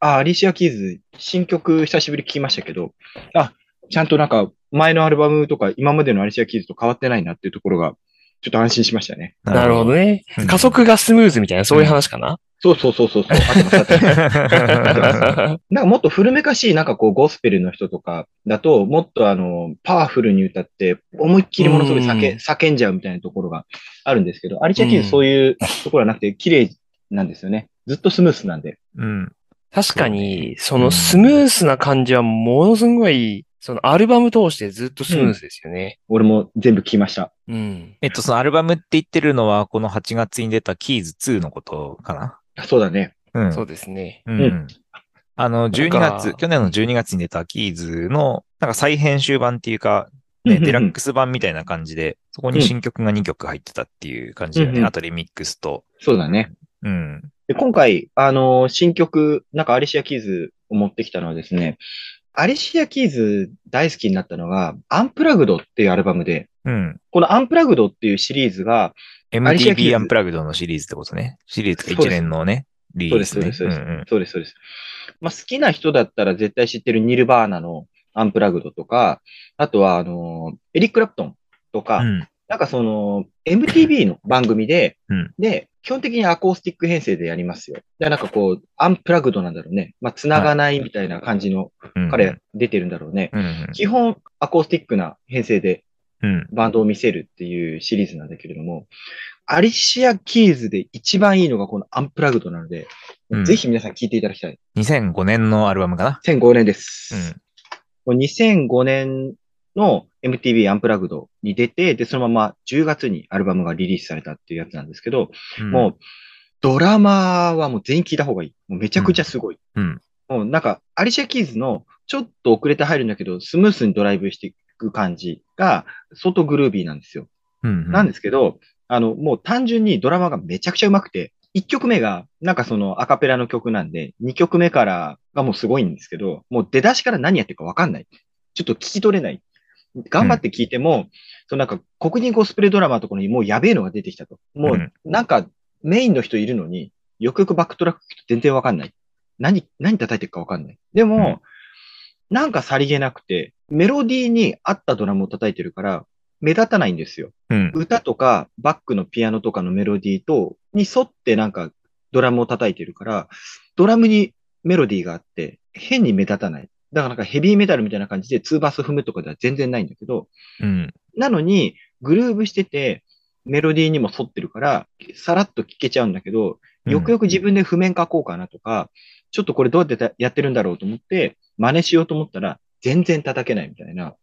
Speaker 3: あ、アリシア・キーズ、新曲久しぶり聞きましたけど、あ、ちゃんとなんか前のアルバムとか今までのアリシア・キーズと変わってないなっていうところが、ちょっと安心しましたね。
Speaker 2: なるほどね
Speaker 1: うん。
Speaker 2: 加速がスムーズみたいな、そういう話かな。
Speaker 3: そうそうそう そうそう。合ってます合ってますなんかもっと古めかしい、なんかこう、ゴスペルの人とかだと、もっとあの、パワフルに歌って、思いっきりものすごい叫,、
Speaker 2: うん
Speaker 3: 叫んじゃうみたいなところがあるんですけど、アリチャキー
Speaker 2: うん
Speaker 3: ズそういうところはなくて、綺麗なんですよね。ずっとスムースなんで。
Speaker 1: うん。
Speaker 2: 確かに、そのスムースな感じはものすごい、そのアルバム通してずっとスムースですよね。
Speaker 3: 俺も全部聞きました。
Speaker 2: うん。
Speaker 1: えっと、そのアルバムって言ってるのは、この8月に出たキーズ2のことかな
Speaker 3: あそうだね。
Speaker 1: うん。
Speaker 2: そうですね。
Speaker 1: う。
Speaker 3: うん
Speaker 1: あの、12
Speaker 2: なん
Speaker 1: 月、
Speaker 2: か
Speaker 1: 去年の12月に出たキーズの、なんか再編集版っていうか、ね
Speaker 3: うんうんうん
Speaker 1: デラックス版みたいな感じで、そこに新曲が2曲入ってたっていう感じだよね。
Speaker 3: うんうん
Speaker 1: あとリミックスと。
Speaker 3: そうだね。
Speaker 1: うん。
Speaker 3: で今回、あのー新曲、なんかアリシア・キーズを持ってきたのはですね、アリシア・キーズ大好きになったのが、アンプラグドっていうアルバムで、
Speaker 1: うん。
Speaker 3: このアンプラグドっていうシリーズが、リシアキー
Speaker 1: MTV
Speaker 3: ズ
Speaker 1: アンプラグドのシリーズってことね。シリーズが
Speaker 3: そう
Speaker 1: 一
Speaker 3: です
Speaker 1: 連のね、リリ
Speaker 3: そう
Speaker 1: ー
Speaker 3: で
Speaker 1: ス
Speaker 3: す、そう
Speaker 1: ね。
Speaker 3: です、そ
Speaker 1: う
Speaker 3: うです。
Speaker 1: ん
Speaker 3: そうです、そうです。まあ、好きな人だったら絶対知ってるニルバーナのアンプラグドとか、あとは、あのーエリック・クラプトンとか、
Speaker 1: うん。
Speaker 3: なんかその、MTV の番組で、
Speaker 1: うん
Speaker 3: で、基本的にアコースティック編成でやりますよ。で、なんかこう、アンプラグドなんだろうね。まあ、繋がないみたいな感じの、
Speaker 1: うん。
Speaker 3: 彼出てるんだろうね。
Speaker 1: うんうん。
Speaker 3: 基本、アコースティックな編成で
Speaker 1: うん。
Speaker 3: バンドを見せるっていうシリーズなんだけれども、アリシア・キーズで一番いいのがこのアンプラグドなので、
Speaker 1: うん
Speaker 3: ぜひ皆さん聴いていただきたい。
Speaker 1: 2005年のアルバムかな。
Speaker 3: 2005年で
Speaker 1: うん
Speaker 3: す。。これ2005年の MTV アンプラグドに出て、で、そのまま10月にアルバムがリリースされたっていうやつなんですけど、
Speaker 1: うん
Speaker 3: もう、ドラマーはもう全員聞いた方がいい。もうめちゃくちゃすごい。
Speaker 1: うん
Speaker 3: もうなんか、アリシア・キーズのちょっと遅れて入るんだけど、スムースにドライブしていく感じが、相当グルービーなんですよ。
Speaker 1: うん。
Speaker 3: なん
Speaker 1: で
Speaker 3: ですけど、あの、もう単純にドラマがめちゃくちゃうまくて、1曲目が、なんかそのアカペラの曲なんで、2曲目からがもうすごいんですけど、もう出だしから何やってるかわかんない。ちょっと聞き取れない。頑張って聞いても、そのなんか黒人ゴスプレドラマのところにもうやべえのが出てきたと。もう
Speaker 1: うん
Speaker 3: なんかメインの人いるのに、よくよくバックトラック聞くと全然わかんない。何、何叩いてるかわかんない。でも、
Speaker 1: うん
Speaker 3: なんかさりげなくて、メロディーに合ったドラムを叩いてるから、目立たないんですよ。
Speaker 1: うん。
Speaker 3: 歌とかバックのピアノとかのメロディーと、に沿ってなんかドラムを叩いてるから、ドラムにメロディーがあって、変に目立たない。だからなんかヘビーメタルみたいな感じで2バス踏むとかでは全然ないんだけど、
Speaker 1: うん。
Speaker 3: なのにグルーブしてて、メロディーにも沿ってるから、さらっと聴けちゃうんだけど、よくよく自分で譜面書こうかなとか、ちょっとこれどうやってやってるんだろうと思って、真似しようと思ったら、全然叩けないみたいな。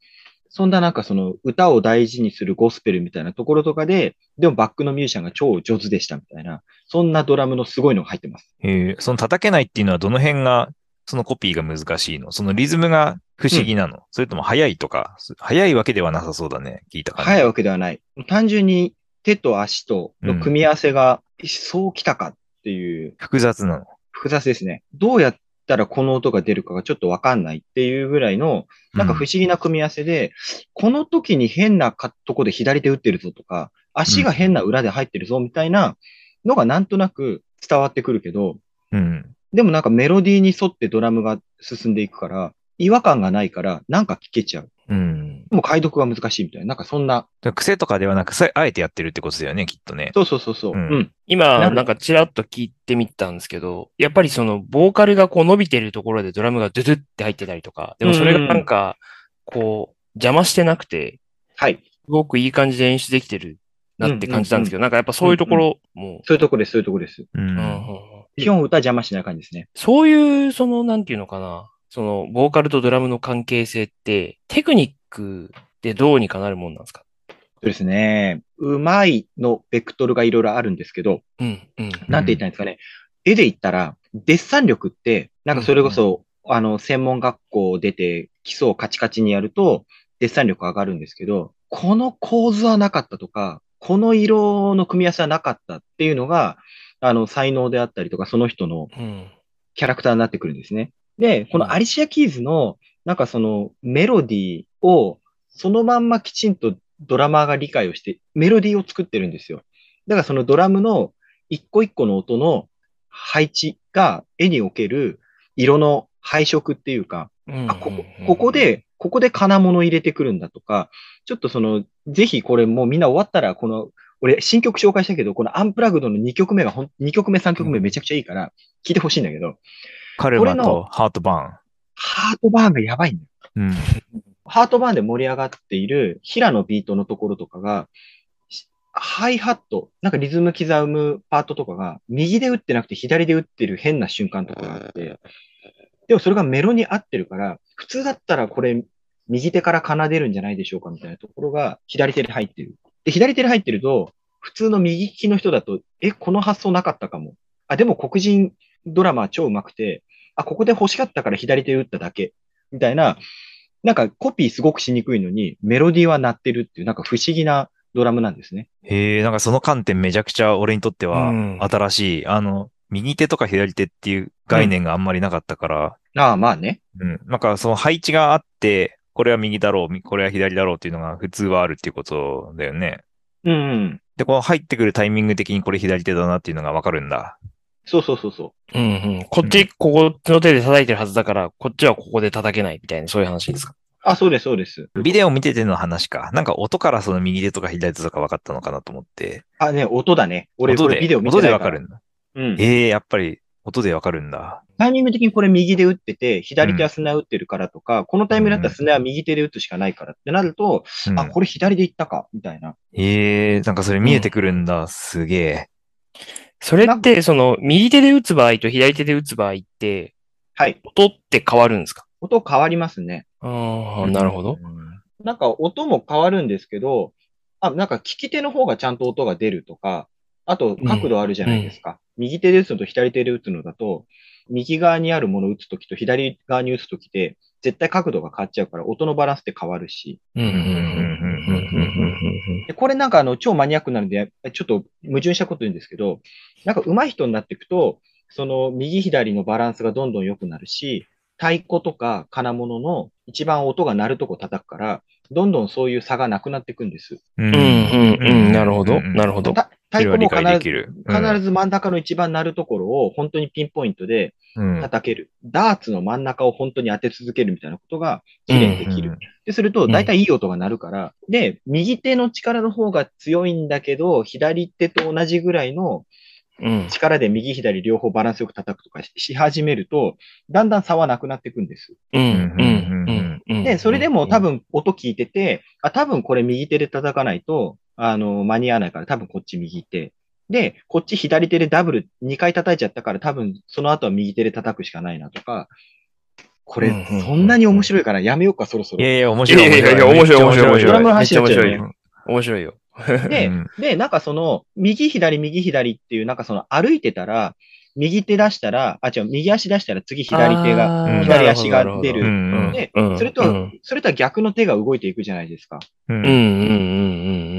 Speaker 3: そんななんかその歌を大事にするゴスペルみたいなところとかで、でもバックのミュージシャンが超上手でしたみたいな、そんなドラムのすごいのが入ってます。
Speaker 1: えーその叩けないっていうのはどの辺が、そのコピーが難しいのそのリズムが不思議なの、それとも速いとか、そ速いわけではなさそうだね。聞いた感じ。
Speaker 3: 早いわけではない。単純に手と足との組み合わせが、そうきたかっていう
Speaker 1: 複雑なの。
Speaker 3: 複雑ですね。どうやったらこの音が出るかがちょっとわかんないっていうぐらいの、なんか不思議な組み合わせで、この時に変なかとこで左手打ってるぞとか、足が変な裏で入ってるぞみたいなのがなんとなく伝わってくるけど、
Speaker 1: うん。
Speaker 3: でもなんかメロディーに沿ってドラムが進んでいくから、違和感がないから、なんか聴けちゃう。
Speaker 1: うん。
Speaker 3: もう解読が難しいみたいな。なんかそんな。
Speaker 1: だから癖とかではなく、それあえてやってるってことだよね、きっとね。
Speaker 3: そうそうそうそう。う
Speaker 1: うん
Speaker 3: ん。な
Speaker 2: 今、
Speaker 3: る
Speaker 2: なんかちらっと聞いてみたんですけど、やっぱりその、ボーカルがこう伸びてるところでドラムがドゥドゥって入ってたりとか、でもそれがなんか、こう、邪魔してなくて、
Speaker 3: はい。
Speaker 2: すごくいい感じで演出できてるなって感じたんですけど、なんかやっぱそういうところも、
Speaker 3: そういうとこです、そういうとこです。
Speaker 1: う
Speaker 2: うん
Speaker 1: ん。
Speaker 3: 基本歌は邪魔しない感じですね。
Speaker 2: そういう、その、なんていうのかな、その、ボーカルとドラムの関係性って、テクニックでどうにかなるもんなんですか
Speaker 3: そうですね。うまいのベクトルがいろいろあるんですけど、
Speaker 2: うん、うん。
Speaker 3: なんて言ったらいいんですかね。絵で言ったら、デッサン力って、なんかそれこそ、あの、専門学校出て、基礎をカチカチにやると、デッサン力上がるんですけど、この構図はなかったとか、この色の組み合わせはなかったっていうのが、あの、才能であったりとか、その人の
Speaker 2: うん。
Speaker 3: キャラクターになってくるんですね。で、このアリシア・キーズの、なんかそのメロディーを、そのまんまきちんとドラマーが理解をして、メロディーを作ってるんですよ。だからそのドラムの一個一個の音の配置が絵における色の配色っていうか、
Speaker 2: うん
Speaker 3: あ、ここ、ここ、で、ここで金物入れてくるんだとか、ちょっとその、ぜひこれもうみんな終わったら、この、俺、新曲紹介したけど、このアンプラグドの2曲目がほん、2曲目、3曲目めちゃくちゃいいから、聴いてほしいんだけど、
Speaker 1: カルマ
Speaker 3: 俺の
Speaker 1: とハートバ
Speaker 3: ハートバーンがやばいんだよ。
Speaker 1: ーン。うん。
Speaker 3: ハートバーンで盛り上がっている平のビートのところとかが、しハイハット、なんかリズム刻むパートとかが、右で打ってなくて左で打ってる変な瞬間とかがあって、でもそれがメロに合ってるから、普通だったらこれ、右手から奏でるんじゃないでしょうかみたいなところが、左手で入ってる。で、左手で入ってると、普通の右利きの人だと、え、この発想なかったかも。あ、でも黒人ドラマー超うまくて、あ、ここで欲しかったから左手で打っただけ。みたいな、なんかコピーすごくしにくいのに、メロディーは鳴ってるっていう、なんか不思議なドラムなんですね。
Speaker 1: へえ、なんかその観点めちゃくちゃ俺にとっては
Speaker 2: うん
Speaker 1: 新しい。あの、右手とか左手っていう概念があんまりなかったから、
Speaker 3: ああ、まあね。
Speaker 1: うん。なんかその配置があって、これは右だろう、みこれは左だろうっていうのが普通はあるっていうことだよね。
Speaker 3: うん、うん。
Speaker 1: で、この入ってくるタイミング的にこれ左手だなっていうのがわかるんだ。
Speaker 3: そうそうそうそ
Speaker 2: うんうん、こっち、ここの手で叩いてるはずだから、こっちはここで叩けないみたいな、そういう話ですか。
Speaker 3: う。あ、そうです、そうです。
Speaker 1: ビデオ見てての話か。なんか音からその右手とか左手とか分かったのかなと思って。
Speaker 3: あ、ね、音だね。俺、
Speaker 1: 音
Speaker 3: こ
Speaker 1: で、
Speaker 3: れビデオ見て
Speaker 1: 音で
Speaker 3: ない
Speaker 1: 分か
Speaker 3: か。
Speaker 1: らるんだ。
Speaker 3: うん。
Speaker 1: ええやっぱり音で分かるんだ。
Speaker 3: タイミング的にこれ右で打ってて、左手は砂打ってるからとか、このタイミングだったら砂は右手で打つしかないからってなると、
Speaker 1: うん
Speaker 3: あ、これ左で行ったか、みたいな。
Speaker 1: ええなんかそれ見えてくるんだ。すげえ。
Speaker 2: それって、その、右手で打つ場合と左手で打つ場合って、
Speaker 3: はい。
Speaker 2: 音って変わるんですか
Speaker 3: 音変わりますね。
Speaker 2: ああ、なるほど。
Speaker 1: うん
Speaker 3: なんか音も変わるんですけど、あ、なんか利き手の方がちゃんと音が出るとか、あと角度あるじゃないですか。右手で打つのと左手で打つのだと、右側にあるものを打つときと左側に打つときで、絶対角度が変わっちゃうから音のバランスって変わるし。
Speaker 2: うんうんうんうんうんうん
Speaker 3: でこれなんかあの超マニアックなので、ちょっと矛盾したこと言うんですけど、なんか上手い人になっていくと、その右左のバランスがどんどん良くなるし、太鼓とか金物の一番音が鳴るとこ叩くから、どんどんそういう差がなくなっていくんです。
Speaker 1: うん
Speaker 2: うん。うんうんうん、なるほ
Speaker 1: う
Speaker 2: ど、
Speaker 1: ん
Speaker 2: なるほど。
Speaker 3: た
Speaker 1: それ
Speaker 3: 太
Speaker 1: は
Speaker 3: 鼓
Speaker 1: 理
Speaker 3: も
Speaker 1: 解
Speaker 3: 必
Speaker 1: で
Speaker 3: ず
Speaker 1: き、る。
Speaker 3: 必ず真ん中の一番鳴るところを本当にピンポイントで
Speaker 1: うん、
Speaker 3: 叩ける。ダーツの真ん中を本当に当て続けるみたいなことが綺麗にできる。
Speaker 1: うん
Speaker 3: で、すると、大体いい音が鳴るから、で、右手の力の方が強いんだけど、左手と同じぐらいの
Speaker 2: うん。
Speaker 3: 力で右左両方バランスよく叩くとかしし始めると、だんだん差はなくなっていくんです。
Speaker 2: うんうんうんうん。
Speaker 3: で、それでも多
Speaker 2: 分、
Speaker 3: 分音聞いてて、あ、多分これ右手で叩かないと、あの、間に合わないから、多分こっち右手。で、こっち左手でダブル2回叩いちゃったから、多分その後は右手で叩くしかないなとか、これ
Speaker 2: うんうんうん、
Speaker 3: そんなに面白いからやめようか、そろそ
Speaker 1: い
Speaker 3: ろ。
Speaker 1: やいや、面白い。
Speaker 2: いやいやいや面白い面白い面
Speaker 3: ド
Speaker 2: 白
Speaker 3: ラ
Speaker 2: い
Speaker 3: ムの話になっちゃうよね
Speaker 2: めっちゃ面白い面白いよ。
Speaker 3: で
Speaker 1: うん、
Speaker 3: で、なんかその、右左右左っていう、なんかその歩いてたら、右手出したら、あ、違う、右足出したら次左手が、
Speaker 1: うん
Speaker 3: 左足が出
Speaker 1: う
Speaker 3: る
Speaker 1: んうん
Speaker 3: で
Speaker 2: うん
Speaker 3: それ
Speaker 2: う
Speaker 3: と
Speaker 2: ん、
Speaker 3: それとは逆の手が動いていくじゃないですか。
Speaker 1: うん
Speaker 2: うんうんうんう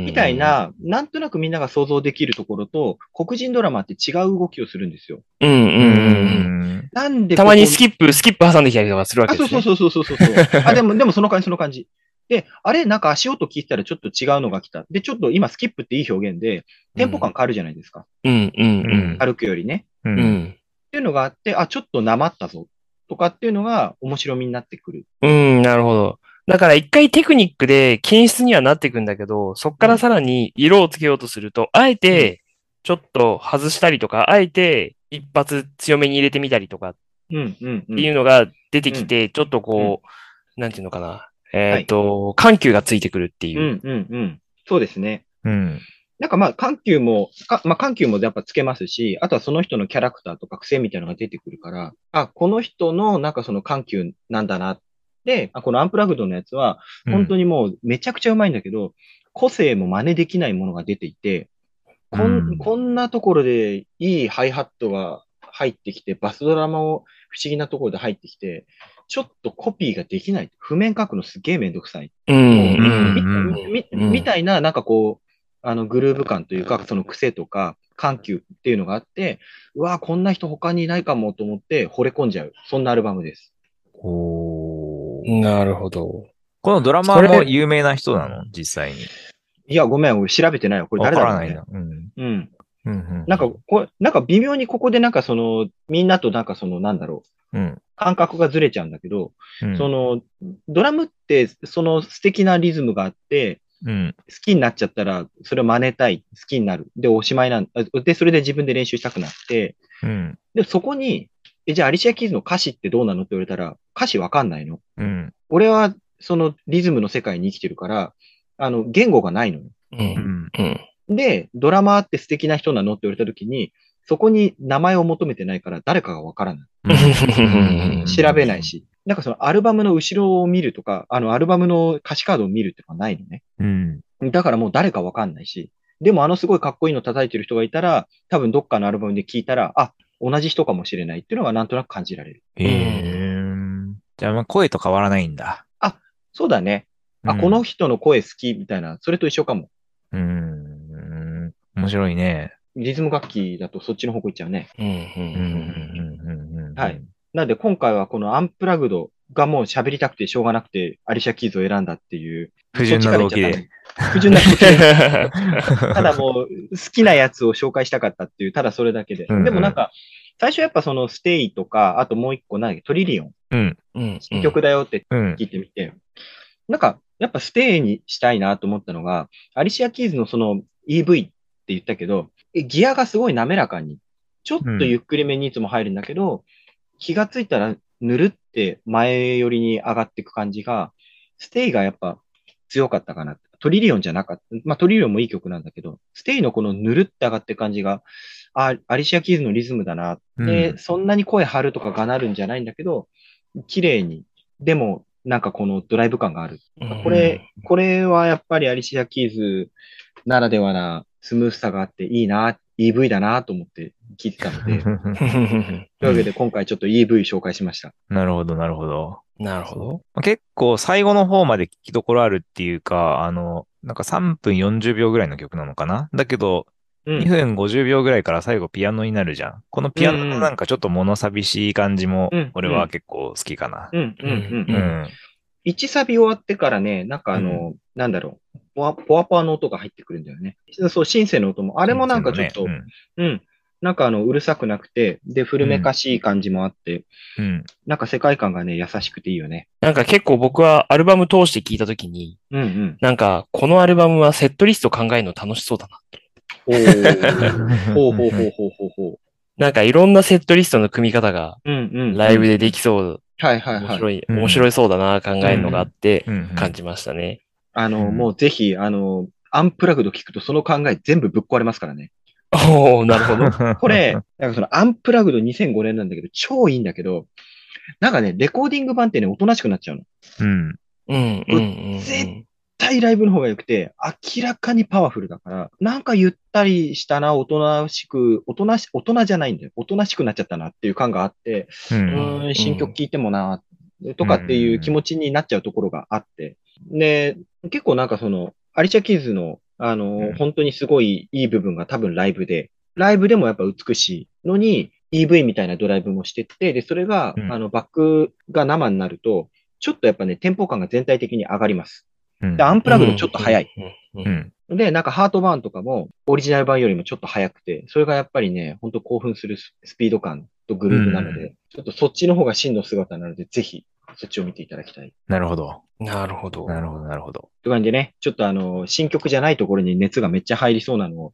Speaker 2: ん。
Speaker 3: みたい。な、なんとなくみんなが想像できるところと、黒人ドラマって違う動きをするんですよ。
Speaker 2: うんうん
Speaker 1: うん
Speaker 2: うん。
Speaker 3: なんで
Speaker 2: たまにス
Speaker 3: 好き
Speaker 2: キップ、スキップ挟んできたりとかするわ
Speaker 3: あ、
Speaker 2: け
Speaker 3: そ
Speaker 2: で
Speaker 3: う
Speaker 2: すね。
Speaker 3: そうそうそうそうそう。あ、でも、でもその感じ、その感じ。で、あれなんか足音聞いてたらちょっと違うのが来た。で、ちょっと今スキップっていい表現で、テンポ感変わるじゃないですか。
Speaker 2: うんうん
Speaker 3: 歩くよりね。
Speaker 1: う。
Speaker 2: うん。うんん。
Speaker 3: っていうのがあって、あ、ちょっとなまったぞ。とかっていうのが面白みになってくる。
Speaker 2: うん、なるほど。だから一回テクニックで均質にはなっていくんだけど、そっからさらに色をつけようとすると、あえてちょっと外したりとか、あえて一発強めに入れてみたりとかっ
Speaker 3: うんうんうん。
Speaker 2: ていうのが出てきて、ちょっとこう、なんていうのかな。えっと、緩急がついてくるっていうう。
Speaker 3: んうんうん。そうですね。
Speaker 1: うん。
Speaker 3: なんかまあ、緩急も、かまあ、緩急もやっぱつけますし、あとはその人のキャラクターとか癖みたいなのが出てくるから、あ、この人のなんかその緩急なんだな。で、あこのアンプラグドのやつは、本当
Speaker 1: に。
Speaker 3: にもうめちゃくちゃうまいんだけど、個性も真似できないものが出ていて、こん,、
Speaker 1: うん
Speaker 3: こんなところでいいハイハットが入ってきて、バスドラマを不思議なところで入ってきて、ちょっとコピーができない。譜面書くのすげえめんどくさい。
Speaker 2: うん。うん。
Speaker 1: うん
Speaker 3: み
Speaker 2: うん
Speaker 3: みたいな、なんかこう、あのグルーヴ感というか、その癖とか、緩急っていうのがあって、うわーこんな人他にいないかもと思って惚れ込んじゃう。そんなアルバムです。
Speaker 1: おー
Speaker 2: なるほど。
Speaker 1: このドラマー
Speaker 2: そ
Speaker 1: も
Speaker 2: れ
Speaker 1: 有名な人なの実際に。
Speaker 3: いや、ごめん、俺調べてないよ。これ
Speaker 1: わ
Speaker 3: 誰
Speaker 1: か
Speaker 3: だ
Speaker 1: ら
Speaker 3: ろう
Speaker 1: ない
Speaker 3: ね
Speaker 1: な。。うん。
Speaker 3: うん。
Speaker 1: うんうん。
Speaker 3: なんか、これなんか微妙にここでなんかその、みんなとなんかその、なんだろう、
Speaker 1: うん、
Speaker 3: 感覚がずれちゃうんだけど、
Speaker 1: うん。
Speaker 3: その、ドラムって、その素敵なリズムがあって、
Speaker 1: うん。
Speaker 3: 好きになっちゃったら、それを真似たい、好きになる。で、おしまいなん、あで、それで自分で練習したくなって、
Speaker 1: うん。
Speaker 3: で、そこに、え、じゃあアリシア・キーズの歌詞ってどうなのって言われたら、歌詞わかんないの。
Speaker 1: うん。
Speaker 3: 俺は、そのリズムの世界に生きてるから、あの、言語がないのよ。
Speaker 2: う。
Speaker 1: うんん。
Speaker 2: うん。
Speaker 3: で、ドラマーって素敵な人なのって言われた時に、そこに名前を求めてないから誰かがわからない。
Speaker 1: うん
Speaker 3: 調べない。し。なんかそのアルバムの後ろを見るとか、あのアルバムの歌詞カードを見るってのはないのね。
Speaker 1: うん。
Speaker 3: だからもう誰かわかんないし。でもあのすごいかっこいいの叩いてる人がいたら、多分どっかのアルバムで聞いたら、あ、同じ人かもしれないっていうのはなんとなく感じられる。
Speaker 1: へえ。じゃあ、まあ、声と変わらないんだ。
Speaker 3: そうだね。あ、
Speaker 1: うん
Speaker 3: この人の声好きみたいな、それと一緒かも。
Speaker 1: うん。面白いね。
Speaker 3: リズム楽器だとそっちの方向行っちゃうね。
Speaker 2: うん。う
Speaker 1: うん
Speaker 2: ん。
Speaker 1: うん。うん。
Speaker 3: はい。なんで今回はこのアンプラグドがもう喋りたくてしょうがなくて、アリシャ・キーズを選んだっていう。
Speaker 1: 不純な動機
Speaker 3: そっ
Speaker 1: で。
Speaker 3: ちから行っちゃったね。不純な動機で。た
Speaker 1: た
Speaker 3: だもう、好きなやつを紹介したかったっていう、ただそれだけで。
Speaker 1: うんうん
Speaker 3: でもなんか、最初やっぱそのステイとか、あともう一個何だっけトリリオン。
Speaker 1: うん。
Speaker 2: うん。
Speaker 3: 新曲だよって
Speaker 1: うん
Speaker 3: 聞。いてみて、なんか、やっぱステイにしたいなと思ったのが、アリシア・キーズのその EV って言ったけど、えギアがすごい滑らかに、ちょっとゆっくりめにいつも入るんだけど、気がついたらぬるって前寄りに上がっていく感じが、ステイがやっぱ強かったかな。トリリオンじゃなかった。まあトリリオンもいい曲なんだけど、ステイのこのぬるって上がってく感じが、あ、アリシア・キーズのリズムだなで、
Speaker 1: うん
Speaker 3: そんなに声張るとかがなるんじゃないんだけど、綺麗に、でも、なんかこのドライブ感がある。これ、これはやっぱりアリシア・キーズならではなスムースさがあっていいな、EV だなと思って聞いてたので、というわけで今回ちょっと EV 紹介しました。
Speaker 1: なるほど、なるほど。
Speaker 2: なるほど。
Speaker 1: まあ結構最後の方まで聞きどころあるっていうか、あの、なんか3分40秒ぐらいの曲なのかなだけど、
Speaker 3: う
Speaker 1: 2分
Speaker 3: ん。
Speaker 1: 50秒ぐらいから最後ピアノになるじゃん。このピアノのなんかちょっと物寂しい感じも
Speaker 3: うん、
Speaker 1: 俺は結構好きかな。
Speaker 3: うん、うん、うん。
Speaker 1: う
Speaker 3: うん
Speaker 1: ん。
Speaker 3: 1サビ終わってからね、なんかあの、なんだろう、ポワポワポワの音が入ってくるんだよね。そう、シンセの音も、あ
Speaker 1: あ
Speaker 3: れもなんかちょっと、うん。なんかあの、うるさくなくて、で、古めかしい感じもあって、
Speaker 1: うん。
Speaker 3: なんか世界観がね、優しくていいよね。
Speaker 2: なんか結構僕はアルバム通して聞いたときに、
Speaker 3: うんうん。
Speaker 2: なんかこのアルバムはセットリスト考えるの楽しそうだな。
Speaker 3: おー ほうほうほうほうほうほ
Speaker 2: なんかいろんなセットリストの組み方が
Speaker 3: う。うんうん。
Speaker 2: ライブでできそう、
Speaker 3: はいはい
Speaker 2: 面
Speaker 3: は
Speaker 2: 白
Speaker 3: い。
Speaker 2: い、
Speaker 1: うん
Speaker 2: 面白いそうだな考えるのがあって
Speaker 1: うんうん
Speaker 2: 感じましたね。
Speaker 3: あ
Speaker 1: う
Speaker 3: の、
Speaker 1: ん
Speaker 3: もうぜひ、あの、アンプラグド聞くとその考え全部ぶっ壊れますからね。
Speaker 2: おおなるほど。
Speaker 3: これ、なんかそのアンプラグド2005年なんだけど、超いいんだけど、なんかね、レコーディング版ってね、おとなしくなっちゃうの。
Speaker 1: うん。
Speaker 2: うん、うん、うん
Speaker 3: 絶絶対ライブの方が良くて、明らかにパワフルだから、なんかゆったりしたな、おとなしく、おとなし、大人じゃないんだよ。おとなしくなっちゃったなっていう感があって、
Speaker 1: う。
Speaker 3: うんー
Speaker 2: うん
Speaker 3: ん、新曲聴いてもな、とかっていう気持ちになっちゃうところがあって。で、結構なんかその、アリシャキーズの、あの、
Speaker 1: うん
Speaker 3: 本当にすごいいい部分が多分ライブで、ライブでもやっぱ美しいのに、EV みたいなドライブもしてって、で、それが、
Speaker 1: うん
Speaker 3: あの、バックが生になると、ちょっとやっぱね、テンポ感が全体的に上がります。
Speaker 1: うん
Speaker 3: で、アンプラグドちょっと早い。。
Speaker 2: うん
Speaker 1: う。ん。
Speaker 3: で、なんかハートバーンとかも、オリジナル版よりもちょっと早くて、それがやっぱりね、ほんと興奮するススピード感とグループなので、
Speaker 1: う
Speaker 3: ちょっとそっちの方が真の姿なので、ぜひそっちを見ていただきたい。
Speaker 1: なるほど。
Speaker 2: なるほど。
Speaker 1: なるほど、なるほど。
Speaker 3: とかんでね、ちょっとあの、新曲じゃないところに熱がめっちゃ入りそう なのを、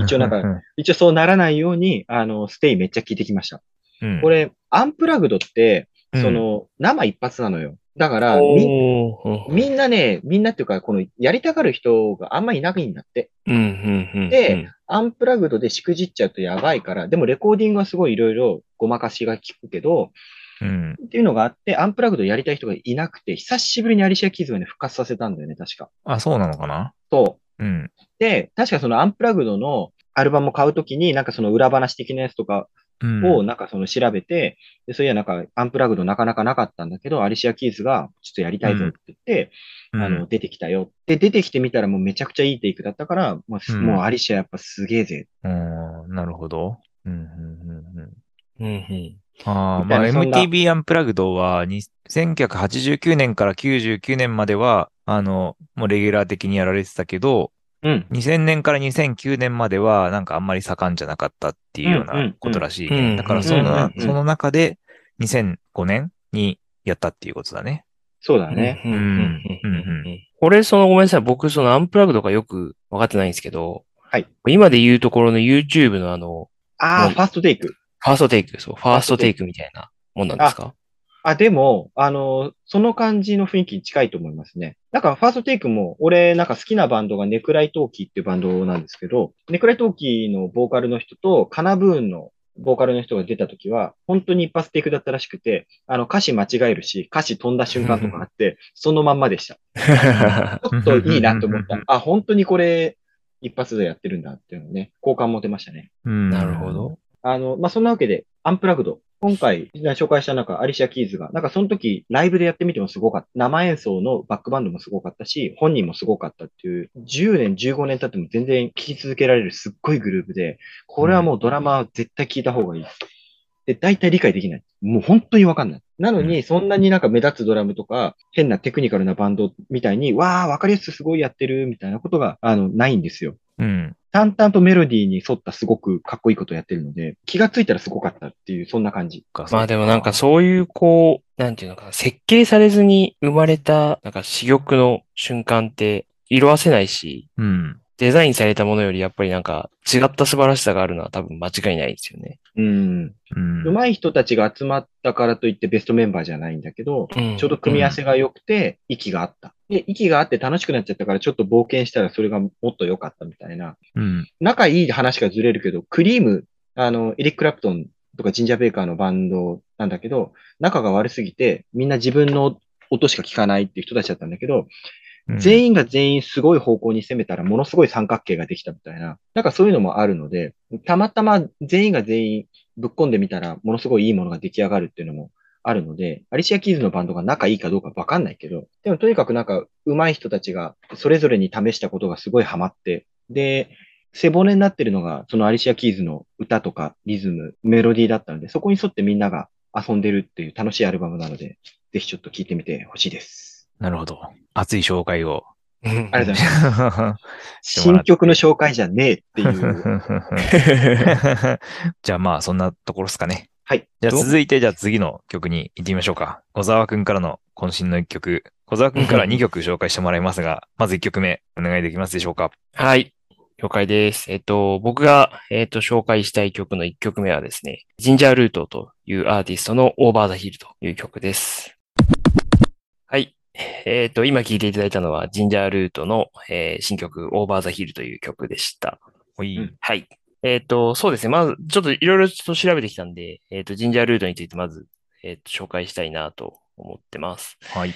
Speaker 3: 一応なんか一応そうならないように、あの、ステイめっちゃ聞いてきました。
Speaker 1: うん、
Speaker 3: これ、アンプラグドって、
Speaker 1: うん
Speaker 3: その、生一発なのよ。だから、み、
Speaker 2: おー
Speaker 3: みんなね、みんなっていうか、この、やりたがる人があんまいないんだって。
Speaker 2: うん、うん、うん。
Speaker 3: で、アンプラグドでしくじっちゃうとやばいから、でもレコーディングはすごいいろいろごまかしが効くけど、
Speaker 1: うん。
Speaker 3: っていうのがあって、アンプラグドやりたい人がいなくて、久しぶりにアリシア・キーズがね、復活させたんだよね、確か。
Speaker 1: あ、そうなのかな
Speaker 3: そう。
Speaker 1: うん。
Speaker 3: で、確かそのアンプラグドのアルバムを買うときに、なんかその裏話的なやつとか
Speaker 1: うん。
Speaker 3: をなんかその調べて、で、そういやなんかアンプラグドなかなかなかったんだけど、アリシア・キーズがちょっとやりたいぞって言って、
Speaker 1: うん
Speaker 3: あの、出てきたよ。で、出てきてみたらもうめちゃくちゃいいテイクだったから、もうす、
Speaker 1: うん
Speaker 3: もうアリシアやっぱすげえぜ。
Speaker 1: うんなるほど。うん、うん、うんうん。
Speaker 2: うん、うん。
Speaker 1: ああ、
Speaker 3: みた
Speaker 1: ま
Speaker 3: い
Speaker 1: あ、
Speaker 3: なそんな
Speaker 1: MTV アンプラグドは、に1989年から99年までは、あの、もうレギュラー的にやられてたけど、
Speaker 3: うん。
Speaker 1: 2000年から2009年までは、なんかあんまり盛んじゃなかったっていうよう
Speaker 3: うんうんう
Speaker 1: なんことらしい
Speaker 2: うんう
Speaker 1: ね。
Speaker 2: ん
Speaker 1: だから、そんな
Speaker 3: うん、うんうん
Speaker 1: その中で、2005年にやったっていうことだね。
Speaker 3: そうだね。
Speaker 2: うん、うんうんう
Speaker 1: う
Speaker 2: ん
Speaker 1: ん
Speaker 2: うんこれ、その、ごめんなさい。僕、そのアンプラグドがよく分かってないんですけど、
Speaker 3: はい。
Speaker 2: 今で言うところの YouTube のあの、
Speaker 3: ああ、
Speaker 2: うん
Speaker 3: ファーストテイク。
Speaker 2: ファーストテイク、そう、ファーストテイクみたいなもんなんですか
Speaker 3: あ、でも、あの、その感じの雰囲気に近いと思いますね。なんか、ファーストテイクも、俺、なんか好きなバンドがネクライトーキーっていうバンドなんですけど、ネクライトーキーのボーカルの人と、カナブーンのボーカルの人が出た時は、本当に一発テイクだったらしくて、あの、歌詞間違えるし、歌詞飛んだ瞬間とかあって、そのまんまでした。ちょっといいなと思った。あ、本当にこれ、一発でやってるんだっていうのね、好感持てましたね。
Speaker 1: うん
Speaker 2: なるほ。ど。
Speaker 3: あの、まあ、そんなわけで、アンプラグド。今回紹介した中、アリシア・キーズが、なんかその時、ライブでやってみてもすごかった。生演奏のバックバンドもすごかったし、本人もすごかったっていう、10年、15年経っても全然聴き続けられるすっごいグループで、これはもうドラマは絶対聴いた方がいい。で、大体理解できない。もう本当にわかんない。なのに、そんなになんか目立つドラムとか、変なテクニカルなバンドみたいに、わー、わかりやすくすごいやってる、みたいなことが、あの、ないんですよ。
Speaker 1: うん。
Speaker 3: 淡々とメロディーに沿ったすごくかっこいいことをやってるので、気がついたらすごかったっていう、そんな感じ。
Speaker 1: ま
Speaker 2: まあでもなんかそういうこう、なんていうのかな、設計されずに生まれた、なんか珠玉の瞬間って色褪せないし、
Speaker 1: うん。
Speaker 2: デザインされたものよりやっぱりなんか違った素晴らしさがあるのは多分間違いないですよね。
Speaker 3: うん。
Speaker 1: うん。
Speaker 3: 上手い人たちが集まったからといってベストメンバーじゃないんだけど、
Speaker 2: うん
Speaker 3: ちょうど組み合わせが良くて、息があった。で、息があって楽しくなっちゃったから、ちょっと冒険したらそれがもっと良かったみたいな。
Speaker 1: うん。
Speaker 3: 仲いい話がずれるけど、クリーム、あの、エリック・クラプトンとかジンジャー・ベイカーのバンドなんだけど、仲が悪すぎて、みんな自分の音しか聞かないっていう人たちだったんだけど、
Speaker 1: うん
Speaker 3: 全員が全員すごい方向に攻めたらものすごい三角形ができたみたいな、なんかそういうのもあるので、たまたま全員が全員ぶっ込んでみたらものすごいいいものが出来上がるっていうのもあるので、アリシア・キーズのバンドが仲いいかどうかわかんないけど、でもとにかくなんか上手い人たちがそれぞれに試したことがすごいハマって、で、背骨になってるのがそのアリシア・キーズの歌とかリズム、メロディーだったので、そこに沿ってみんなが遊んでるっていう楽しいアルバムなので、ぜひちょっと聴いてみてほしいです。
Speaker 1: なるほど。熱い紹介を。
Speaker 2: うん
Speaker 3: ありがとうございます。
Speaker 1: してもら
Speaker 3: 新
Speaker 1: って
Speaker 3: 曲の紹介じゃねえっていう。
Speaker 1: じゃあまあそんなところですかね。
Speaker 3: はい。
Speaker 1: じゃあ
Speaker 3: どう
Speaker 1: 続いてじゃあ次の曲に行ってみましょうか。小沢くんからの渾身の1曲。小沢くんから2曲紹介してもらいますが、まず1曲目お願いできますでしょうか。
Speaker 2: はい。了解です。えっと、僕が、えっと、紹介したい曲の1曲目はですね、ジンジャールートというアーティストのオーバーザヒルという曲です。はい。えっと、今聴いていただいたのは、ジンジャールートの、えー新曲、オーバーザヒルという曲でした。
Speaker 1: ほい。
Speaker 3: うん
Speaker 2: はい。えっと、そうですね。まず、ちょっといろいろちょっと調べてきたんで、えっと、ジンジャールートについてまず、えっと、紹介したいなと思ってます。
Speaker 1: はい。